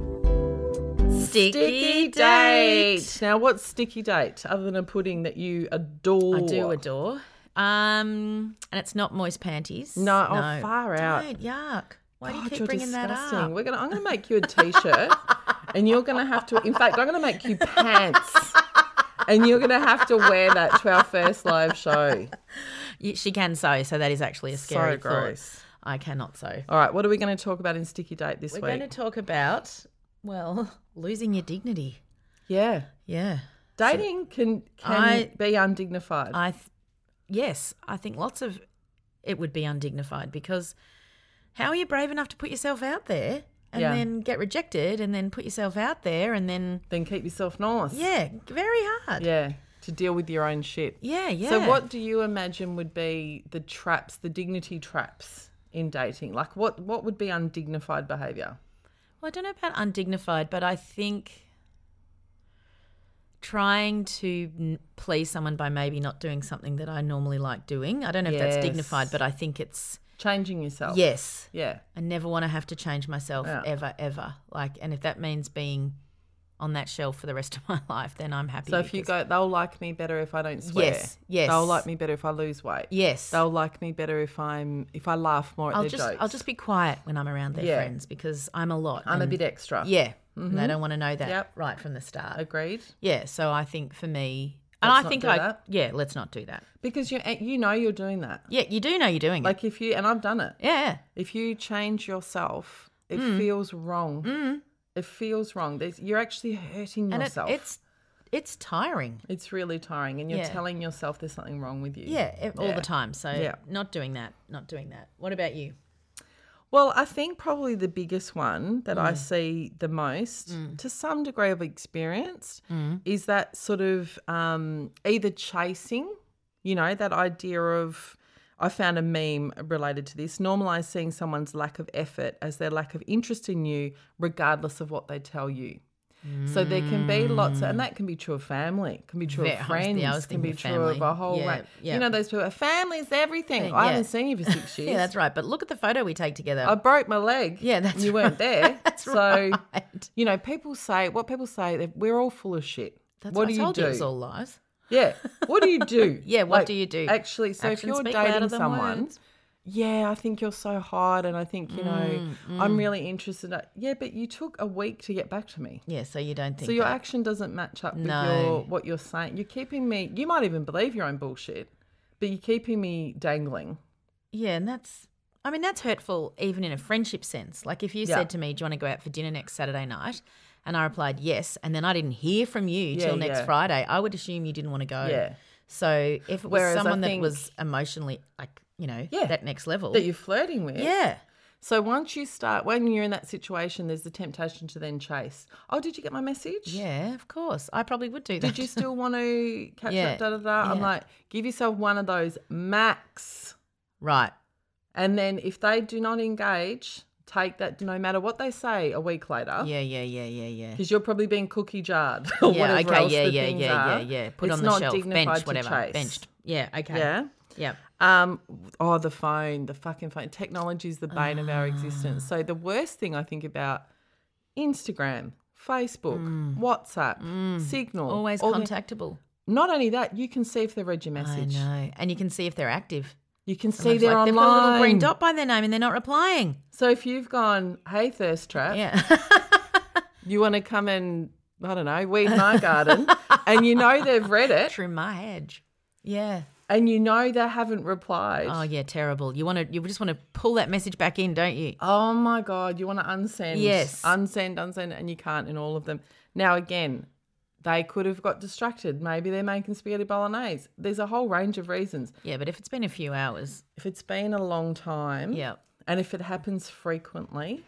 S2: Yeah. Sticky,
S1: Sticky
S2: date.
S1: date. Now, what's sticky date other than a pudding that you adore?
S2: I do adore. Um, and it's not moist panties.
S1: No, oh, far out.
S2: Don't, yuck. Why do you
S1: God,
S2: keep
S1: you're
S2: bringing that
S1: disgusting.
S2: up?
S1: We're gonna. I'm gonna make you a t-shirt, and you're gonna have to. In fact, I'm gonna make you pants, and you're gonna have to wear that to our first live show.
S2: You- She can sew, so that is actually a scary
S1: so
S2: thought.
S1: gross.
S2: I cannot sew.
S1: All right, what are we going to talk about in Sticky Date this
S2: We're
S1: week?
S2: going to talk about, well, losing your dignity.
S1: Yeah,
S2: Yeah.
S1: dating can can
S2: I-
S1: be undignified.
S2: I, th- yes, I think lots of it would be undignified because how are you brave enough to put yourself out there and
S1: Yeah.
S2: then get rejected and then put yourself out there and then,
S1: then keep yourself nice.
S2: yeah, very hard.
S1: yeah, to deal with your own shit.
S2: Yeah, yeah.
S1: So, what do you imagine would be the traps, the dignity traps in dating? Like, what what would be undignified behaviour?
S2: Well, I don't know about undignified, but I think trying to n- please someone by maybe not doing something that I normally like doing. I don't know if
S1: Yes.
S2: that's dignified, but I think it's
S1: Changing yourself.
S2: yes.
S1: Yeah.
S2: I never want to have to change myself
S1: Yeah.
S2: ever, ever. Like, and if that means being on that shelf for the rest of my life, then I'm happy.
S1: So if you
S2: because-
S1: go, they'll like me better if I don't swear.
S2: Yes, yes.
S1: They'll like me better if I lose weight.
S2: yes,
S1: They'll like me better if I'm if I laugh more at
S2: I'll
S1: their
S2: just
S1: jokes.
S2: I'll just be quiet when I'm around their
S1: Yeah.
S2: friends because I'm a lot.
S1: I'm a
S2: and-
S1: bit extra.
S2: yeah, and they don't want to know that
S1: Yep.
S2: right from the start.
S1: Agreed.
S2: Yeah, so I think for me, and
S1: Let's
S2: I
S1: not
S2: think
S1: do
S2: I
S1: that.
S2: yeah, let's not do that.
S1: Because you you know you're doing that.
S2: Yeah, you do know you're doing
S1: Like if you and I've done it.
S2: it. Yeah,
S1: If you change yourself, it
S2: Mm.
S1: feels wrong. It feels wrong. There's, you're actually hurting
S2: and it,
S1: yourself.
S2: it's it's tiring.
S1: it's really tiring, and you're
S2: Yeah.
S1: telling yourself there's something wrong with you.
S2: Yeah, e- all the time. So
S1: Yeah.
S2: not doing that, not doing that. What about you?
S1: Well, I think probably the biggest one that
S2: Mm.
S1: I see the most, to some degree of experience,
S2: Mm.
S1: is that sort of um, either chasing, you know, that idea of. I found a meme related to this. Normalize seeing someone's lack of effort as their lack of interest in you, regardless of what they tell you. So there can be lots, of, and that can be true of family, can be true
S2: Yeah, I
S1: of
S2: was- yeah, I
S1: friends,
S2: was
S1: can be
S2: thinking
S1: true of
S2: family.
S1: a whole
S2: Yeah,
S1: range.
S2: yeah.
S1: You know, those people, family's everything.
S2: Yeah.
S1: I haven't seen you for six years.
S2: Yeah, that's right. But look at the photo we take together.
S1: I broke my leg.
S2: Yeah, that's
S1: you weren't there.
S2: That's
S1: so
S2: right.
S1: you know, people say what people say. that We're all full of shit.
S2: That's
S1: what
S2: I
S1: do you
S2: told
S1: do?
S2: It was all lies.
S1: Yeah. What do you do?
S2: Yeah, what do you do?
S1: Actually, so
S2: Actions
S1: if you're
S2: speak louder
S1: dating
S2: than
S1: someone,
S2: words.
S1: yeah, I think you're so hard, and I think you know,
S2: Mm,
S1: I'm really interested. in- Yeah, but you took a week to get back to me.
S2: Yeah, so you don't think
S1: So your
S2: that.
S1: action doesn't match up with
S2: No.
S1: your what you're saying. You're keeping me. You might even believe your own bullshit, but you're keeping me dangling.
S2: Yeah, and that's I mean, that's hurtful even in a friendship sense. Like if you
S1: Yeah.
S2: said to me, Do you want to go out for dinner next Saturday night? And I replied yes, and then I didn't hear from you
S1: Yeah,
S2: till next
S1: yeah.
S2: Friday, I would assume you didn't want to go.
S1: Yeah.
S2: So if it was
S1: Whereas I
S2: someone that
S1: think-
S2: was emotionally like, you know,
S1: Yeah.
S2: that next level.
S1: That you're flirting with.
S2: yeah.
S1: So once you start, when you're in that situation, there's the temptation to then chase. Oh, did you get my message?
S2: Yeah, of course. I probably would do that.
S1: Did you still want to catch
S2: Yeah,
S1: up? Da da da. I'm
S2: yeah.
S1: like, give yourself one of those max,
S2: right.
S1: and then if they do not engage, take that. No matter what they say, a week later.
S2: Yeah, yeah, yeah, yeah, yeah.
S1: Because you're probably being cookie jarred or
S2: yeah,
S1: whatever
S2: okay,
S1: else
S2: yeah,
S1: the
S2: yeah,
S1: things
S2: yeah,
S1: are.
S2: yeah, yeah. Put
S1: It's
S2: on the
S1: not
S2: shelf,
S1: dignified
S2: bench,
S1: to
S2: whatever.
S1: chase.
S2: Benched. Yeah, okay.
S1: Yeah.
S2: Yeah.
S1: Um, oh, the phone, the fucking phone. Technology is the bane of our existence. So
S2: Ah.
S1: the worst thing I think about Instagram, Facebook, WhatsApp, Signal,
S2: Mm. Always
S1: all the-
S2: contactable.
S1: not only that, you can see if they've read your
S2: I
S1: message.
S2: know. And you can see if they're active.
S1: You can see
S2: Sometimes,
S1: they're online.
S2: like, They've got a little green dot by their name and they're not replying.
S1: So if you've gone, hey thirst trap,
S2: Yeah.
S1: you want to come and I don't know, weed my garden, and you know they've read it,
S2: Through my hedge. Yeah.
S1: and you know they haven't replied.
S2: Oh yeah, terrible. You want to you just want to pull that message back in, don't you?
S1: Oh my God, you want to unsend.
S2: Yes.
S1: Unsend, unsend, and you can't in all of them. Now, again, they could have got distracted. Maybe they're making spaghetti bolognese. There's a whole range of reasons.
S2: Yeah, but if it's been a few hours,
S1: If it's been a long time,
S2: yeah.
S1: and if it happens frequently,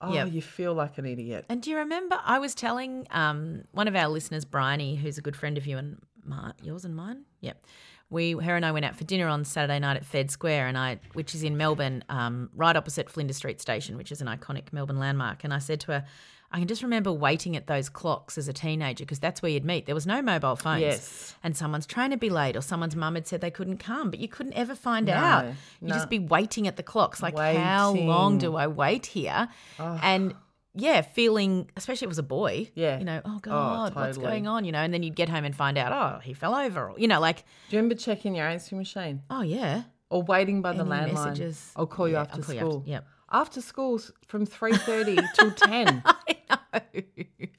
S1: oh,
S2: Yep.
S1: you feel like an idiot.
S2: And do you remember I was telling um, one of our listeners, Bryony, who's a good friend of you and my, yours and mine? Yep. We, her and I went out for dinner on Saturday night at Fed Square, and I, which is in Melbourne, um, right opposite Flinders Street Station, which is an iconic Melbourne landmark. And I said to her, I can just remember waiting at those clocks as a teenager because that's where you'd meet. There was no mobile phones.
S1: Yes.
S2: And someone's train would be late, or someone's mum had said they couldn't come, but you couldn't ever find out. You'd just be waiting at the clocks, like, how long
S1: Waiting.
S2: do I wait here? And yeah, feeling, especially if it was a boy.
S1: Ah. Yeah.
S2: You know, oh God, what's
S1: totally.
S2: going on? You know, and then you'd get home and find out, oh, he fell over. Or, you know, like,
S1: Do you remember checking your answering machine
S2: oh, yeah.
S1: or waiting by the
S2: Any
S1: landline?
S2: messages?
S1: I'll call you
S2: Yeah,
S1: after
S2: I'll call you after-
S1: school.
S2: yep.
S1: After school's from three thirty till ten.
S2: I know. Ah.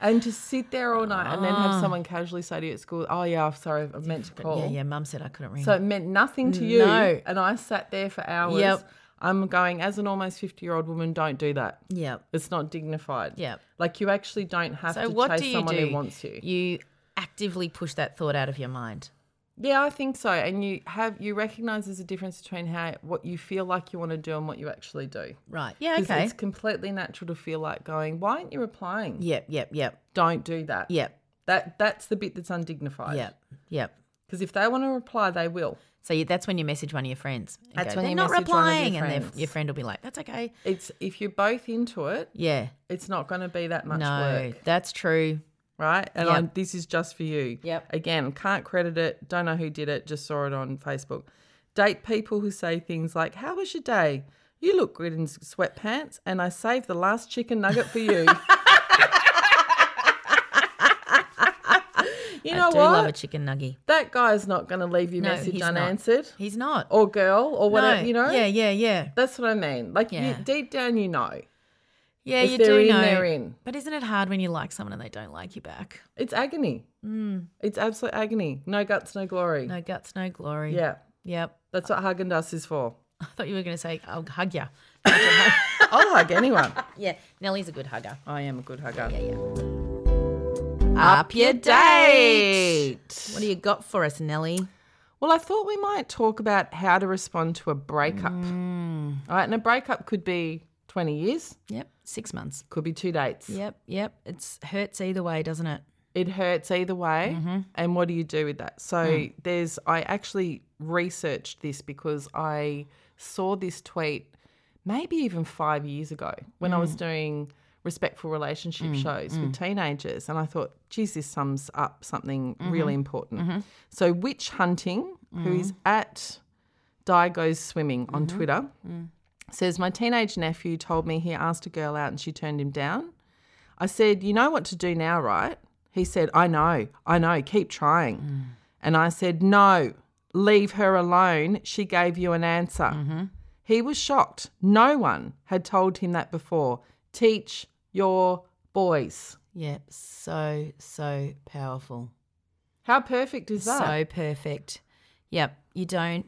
S1: And to sit there all night and then have someone casually say to you at school, "Oh yeah, I'm sorry, I meant to call."
S2: Yeah, yeah, mum said I couldn't ring.
S1: So it meant nothing to you,
S2: No.
S1: and I sat there for hours.
S2: Yep.
S1: I'm going as an almost fifty-year-old woman. Don't do that.
S2: yeah.
S1: It's not dignified.
S2: Yep.
S1: Like you actually don't have
S2: So
S1: to
S2: what
S1: chase
S2: do you
S1: someone
S2: do?
S1: who wants you.
S2: You actively push that thought out of your mind.
S1: Yeah, I think so. And you have you recognise there's a difference between how what you feel like you want to do and what you actually do.
S2: Right. Yeah,
S1: 'Cause
S2: okay.
S1: It's completely natural to feel like going. Why aren't you replying?
S2: Yep, yep, yep,
S1: Don't do that.
S2: yep,
S1: That that's the bit that's undignified.
S2: yep, yep.
S1: Because if they want to reply, they will.
S2: So you, that's when you message one of your friends. and
S1: That's
S2: go,
S1: when
S2: they're
S1: you
S2: not
S1: message one of your
S2: replying, and their-
S1: friends.
S2: your friend will be like, "That's okay."
S1: It's if you're both into it,
S2: Yeah,
S1: it's not going to be that much
S2: no,
S1: work,
S2: that's true.
S1: right? And
S2: Yep.
S1: I'm, this is just for you.
S2: Yep.
S1: Again, can't credit it. Don't know who did it. Just saw it on Facebook. Date people who say things like, "How was your day? You look good in sweatpants," and I saved the last chicken nugget for you. you know
S2: I
S1: what?
S2: do love a chicken nuggie.
S1: that guy's not going to leave your
S2: No,
S1: message
S2: he's not.
S1: unanswered,
S2: He's not.
S1: or girl, or
S2: No,
S1: whatever. You know?
S2: Yeah, yeah, yeah.
S1: That's what I mean. Like you,
S2: Yeah.
S1: deep down, you know.
S2: Yeah,
S1: If
S2: you
S1: they're
S2: do
S1: in,
S2: know.
S1: they're in.
S2: But isn't it hard when you like someone and they don't like you back?
S1: It's agony. It's absolute agony. No guts, no glory.
S2: Mm. No guts, no glory.
S1: Yeah.
S2: Yep.
S1: That's what Hagen Dazs is for.
S2: I thought you were going to say, I'll hug you.
S1: I'll hug anyone.
S2: Yeah, Nellie's a good hugger.
S1: I am a good hugger.
S2: Yeah, yeah. Up your date.
S1: Date.
S2: What do you got for us, Nellie?
S1: Well, I thought we might talk about how to respond to a breakup.
S2: Mm.
S1: All right, and a breakup could be 20 years,
S2: Yep. Six months.
S1: could be two dates.
S2: Yep. Yep. It's hurts either way, doesn't it?
S1: It hurts either way. And what do you do with that? So there's, I actually researched this because I saw this tweet maybe even five years ago when I was doing respectful relationship shows with teenagers. And I thought, geez, this sums up something really important. So, Witch Hunting, who is at Di Goes Swimming on Twitter, says, My teenage nephew told me he asked a girl out and she turned him down. I said, You know what to do now, right? He said, I know, I know, keep trying.
S2: Mm.
S1: And I said, No, leave her alone. She gave you an answer.
S2: Mm-hmm.
S1: He was shocked. No one had told him that before. Teach your boys.
S2: Yep. So, so powerful.
S1: How perfect is that?
S2: So perfect. Yep. You don't,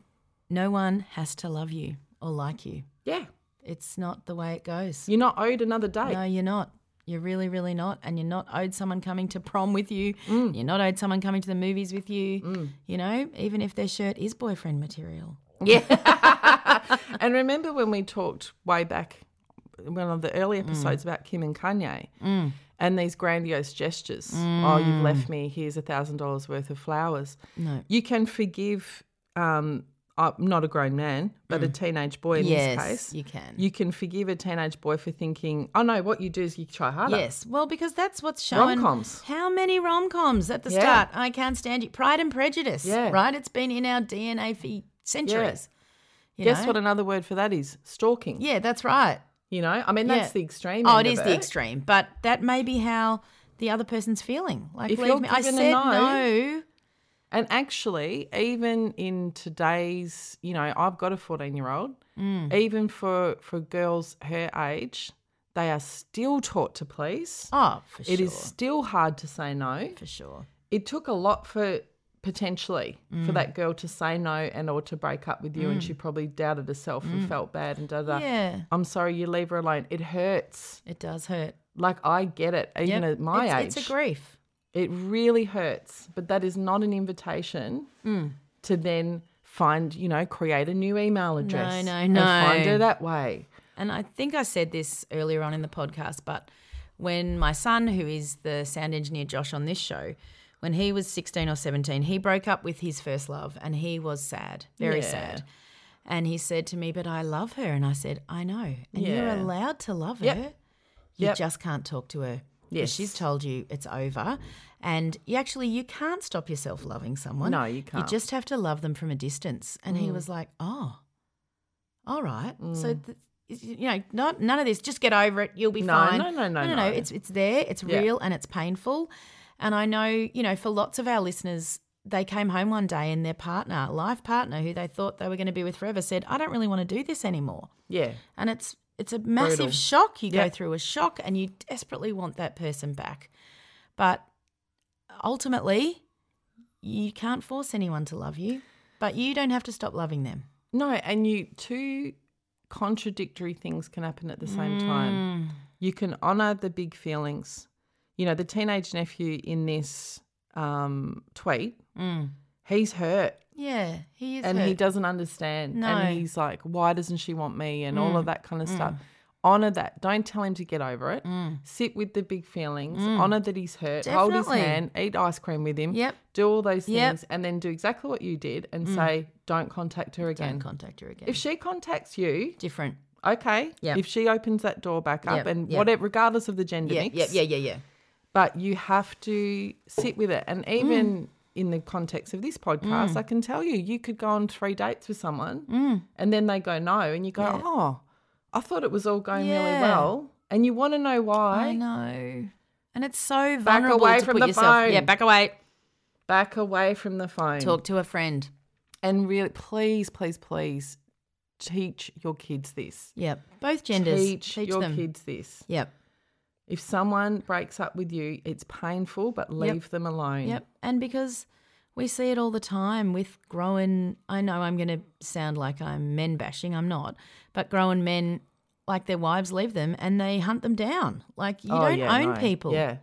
S2: no one has to love you or like you.
S1: yeah.
S2: It's not the way it goes.
S1: You're not owed another day.
S2: No, you're not. You're really, really not. And you're not owed someone coming to prom with you.
S1: Mm.
S2: You're not owed someone coming to the movies with you. You know, even if their shirt is boyfriend material.
S1: and remember when we talked way back in one of the early
S2: Mm.
S1: episodes about Kim and Kanye and these grandiose gestures.
S2: Mm.
S1: Oh, you've left me. Here's a thousand dollars worth of flowers.
S2: No.
S1: You can forgive um uh, not a grown man, but a teenage boy in this case.
S2: you can.
S1: You can forgive a teenage boy for thinking, oh no, what you do is you try harder.
S2: Yes, well, because that's what's shown.
S1: Rom-coms.
S2: How many rom coms at the
S1: Yeah.
S2: start? I can't stand you. Pride and Prejudice.
S1: Yeah.
S2: Right? It's been in our DNA for centuries. You
S1: Guess
S2: know?
S1: what another word for that is? Stalking.
S2: Yeah, that's right.
S1: You know, I mean,
S2: Yeah.
S1: that's the extreme.
S2: Oh,
S1: end
S2: it
S1: of
S2: is the extreme, but that may be how the other person's feeling. Like,
S1: If
S2: leave
S1: you're
S2: me. I
S1: given a
S2: said
S1: no-
S2: no.
S1: And actually, even in today's, you know, I've got a 14 year old,
S2: Mm.
S1: even for, for girls her age, they are still taught to please.
S2: Oh, for sure.
S1: It is still hard to say no.
S2: for sure.
S1: It took a lot for potentially
S2: Mm.
S1: for that girl to say no and or to break up with you, and she probably doubted herself and felt bad and da da.
S2: Mm. Yeah.
S1: I'm sorry, you leave her alone. It hurts.
S2: It does hurt.
S1: Like I get it, even
S2: Yep.
S1: at my age.
S2: it's, It's a grief.
S1: It really hurts, but that is not an invitation
S2: Mm.
S1: to then find, you know, create a new email address.
S2: no,
S1: and
S2: no.
S1: find her that way.
S2: And I think I said this earlier on in the podcast, but when my son, who is the sound engineer Josh on this show, when he was 16 or 17, he broke up with his first love and he was sad, very
S1: Yeah.
S2: sad. And he said to me, But I love her. And I said, I know. And
S1: Yeah.
S2: you're allowed to love
S1: Yep.
S2: her. You
S1: Yep.
S2: just can't talk to her. 'Cause
S1: Yes.
S2: She's told you it's over. And you actually, you can't stop yourself loving someone.
S1: No, you can't. Mm.
S2: You just have to love them from a distance. And he was like, Oh, all right. So, th- you know, not, none of this. Just get over it. You'll be
S1: No,
S2: fine.
S1: no, no, no,
S2: no,
S1: no.
S2: It's it's there. It's
S1: Yeah.
S2: real and it's painful. And I know, you know, for lots of our listeners, they came home one day and their partner, life partner, who they thought they were going to be with forever, said, "I don't really want to do this anymore."
S1: Yeah.
S2: And it's it's a massive
S1: Brutal.
S2: shock. You go
S1: Yep.
S2: through a shock, and you desperately want that person back, but ultimately, you can't force anyone to love you. But you don't have to stop loving them.
S1: No, and you two contradictory things can happen at the same
S2: Mm.
S1: time. You can honor the big feelings. You know, the teenage nephew in this um, tweet, he's hurt.
S2: Yeah, he is.
S1: and
S2: hurt.
S1: he doesn't understand
S2: No. Mm.
S1: and he's like why doesn't she want me and all of that kind of stuff honor that don't tell him to get over it
S2: Mm.
S1: sit with the big feelings honor that he's hurt hold his
S2: Definitely.
S1: hand eat ice cream with him
S2: Yep.
S1: do all those things
S2: Yep. Mm.
S1: and then do exactly what you did and say don't contact her again
S2: Don't contact her again.
S1: if she contacts you
S2: Different.
S1: okay
S2: Yep.
S1: if she opens that door back up
S2: Yep,
S1: and
S2: yep.
S1: whatever regardless of the gender mix
S2: yeah, yeah.
S1: but you have to sit with it.
S2: Mm.
S1: And even in the context of this podcast, I can tell you, you could go on three dates with someone
S2: Mm.
S1: and then they go no, and you go, oh, I thought it was all going really
S2: Yeah.
S1: well. And you want to know why.
S2: I know. And it's so vulnerable
S1: away
S2: to
S1: from
S2: put
S1: the
S2: yourself.
S1: phone.
S2: Yeah, back away.
S1: Back away from the phone.
S2: Talk to a friend.
S1: And really, please, please, please teach your kids this.
S2: Yep. Both genders.
S1: teach,
S2: Teach,
S1: your
S2: them.
S1: kids this.
S2: Yep.
S1: If someone breaks up with you, it's painful, but leave them alone.
S2: Yep. And because we see it all the time with growing, I know I'm going to sound like I'm men bashing. I'm not. But growing men, like their wives leave them and they hunt them down. Like you
S1: Oh,
S2: don't
S1: yeah,
S2: own
S1: no.
S2: people.
S1: Yeah.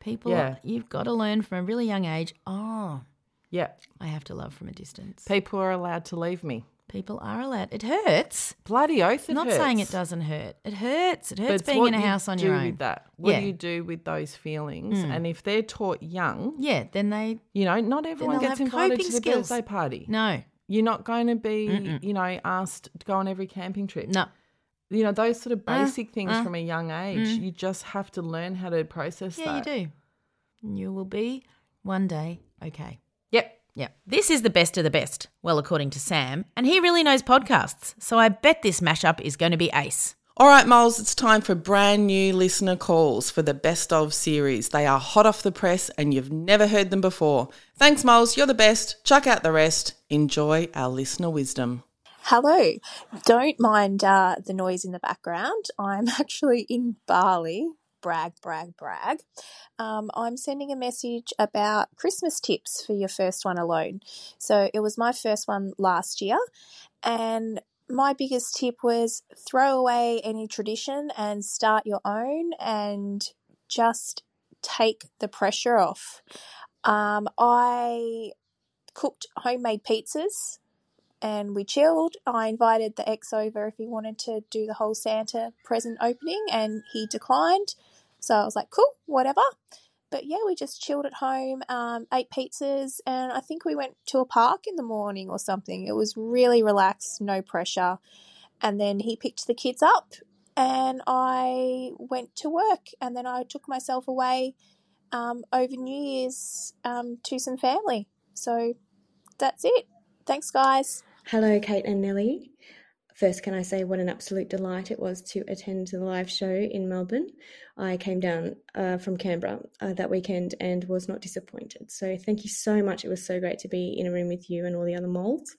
S2: People,
S1: Yeah.
S2: you've got to learn from a really young age. Oh,
S1: Yeah.
S2: I have to love from a distance.
S1: People are allowed to leave me.
S2: People are allowed. It hurts.
S1: Bloody oath, it
S2: I'm not
S1: hurts.
S2: saying it doesn't hurt. It hurts. It
S1: But
S2: hurts
S1: it's
S2: being
S1: what
S2: in a
S1: you
S2: house on
S1: do
S2: your own.
S1: With that. What
S2: Yeah. Mm.
S1: do you do with those feelings? And if they're taught young,
S2: Yeah, then they
S1: you know, not everyone
S2: they'll
S1: gets
S2: have
S1: invited
S2: coping
S1: to the
S2: skills.
S1: birthday party.
S2: no,
S1: You're not going to be, you know, asked to go on every camping trip.
S2: no. Uh-huh.
S1: You know, those sort of basic things from a young age, you just have to learn how to process
S2: Mm. Yeah,
S1: that.
S2: you do. You will be one day okay.
S1: Yep.
S2: Yeah. This is the best of the best. Well, according to Sam, and he really knows podcasts, so I bet this mashup is going to be ace.
S1: All right, Moles, it's time for brand new listener calls for the best of series. They are hot off the press and you've never heard them before. Thanks, Moles. You're the best. Chuck out the rest. Enjoy our listener wisdom.
S5: Hello. Don't mind uh, the noise in the background. I'm actually in Bali. Brag, brag, brag. Um, I'm sending a message about Christmas tips for your first one alone. So it was my first one last year, and my biggest tip was throw away any tradition and start your own and just take the pressure off. Um, I cooked homemade pizzas and we chilled. I invited the ex over if he wanted to do the whole Santa present opening, and he declined. So I was like, cool, whatever. But yeah, we just chilled at home, um, ate pizzas, and I think we went to a park in the morning or something. It was really relaxed, no pressure. And then he picked the kids up, and I went to work, and then I took myself away um, over New Year's um, to some family. So that's it. Thanks, guys.
S6: Hello, Kate and Nellie. First, can I say what an absolute delight it was to attend the live show in Melbourne? I came down uh, from Canberra uh, that weekend and was not disappointed. So, thank you so much. It was so great to be in a room with you and all the other moles.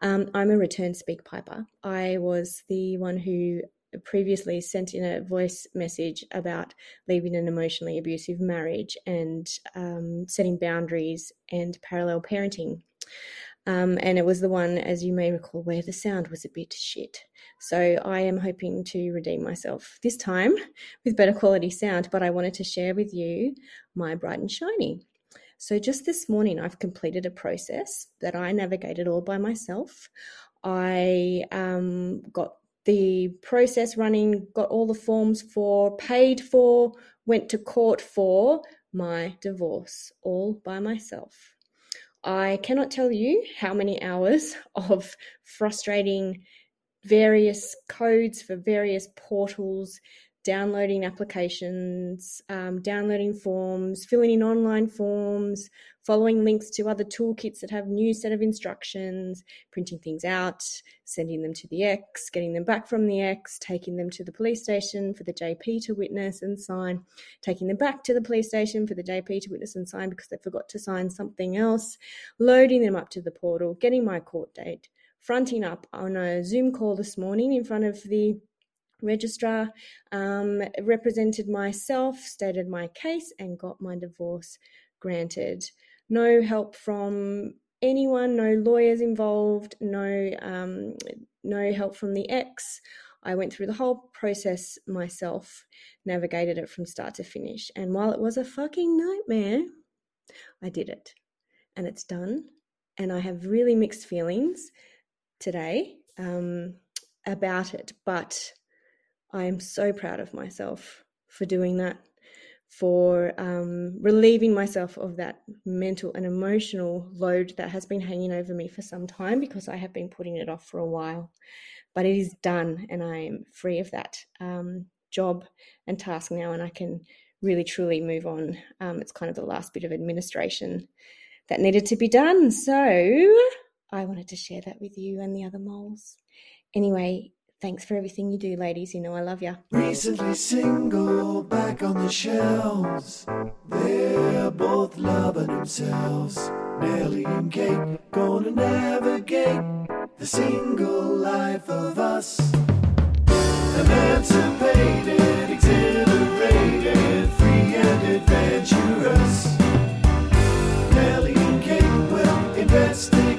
S6: Um, I'm a return speak piper. I was the one who previously sent in a voice message about leaving an emotionally abusive marriage and um, setting boundaries and parallel parenting. Um, and it was the one, as you may recall, where the sound was a bit shit. So I am hoping to redeem myself this time with better quality sound, but I wanted to share with you my bright and shiny. So just this morning, I've completed a process that I navigated all by myself. I um, got the process running, got all the forms for, paid for, went to court for my divorce all by myself. I cannot tell you how many hours of frustrating various codes for various portals, downloading applications, um, downloading forms, filling in online forms, following links to other toolkits that have new set of instructions, printing things out, sending them to the ex, getting them back from the ex, taking them to the police station for the JP to witness and sign, taking them back to the police station for the JP to witness and sign because they forgot to sign something else, loading them up to the portal, getting my court date, fronting up on a Zoom call this morning in front of the registrar, um, represented myself, stated my case, and got my divorce granted. No help from anyone, no lawyers involved, no um, no help from the ex. I went through the whole process myself, navigated it from start to finish, and while it was a fucking nightmare, I did it, and it's done. And I have really mixed feelings today um, about it, but I am so proud of myself for doing that, for um, relieving myself of that mental and emotional load that has been hanging over me for some time because I have been putting it off for a while. But it is done, and I am free of that um, job and task now, and I can really truly move on. Um, it's kind of the last bit of administration that needed to be done. So I wanted to share that with you and the other moles. Anyway, thanks for everything you do, ladies. You know I love you.
S3: Recently single, back on the shelves. They're both loving themselves. Nellie and Kate gonna navigate the single life of us. Emancipated, exhilarated, free and adventurous. Nellie and Kate well invested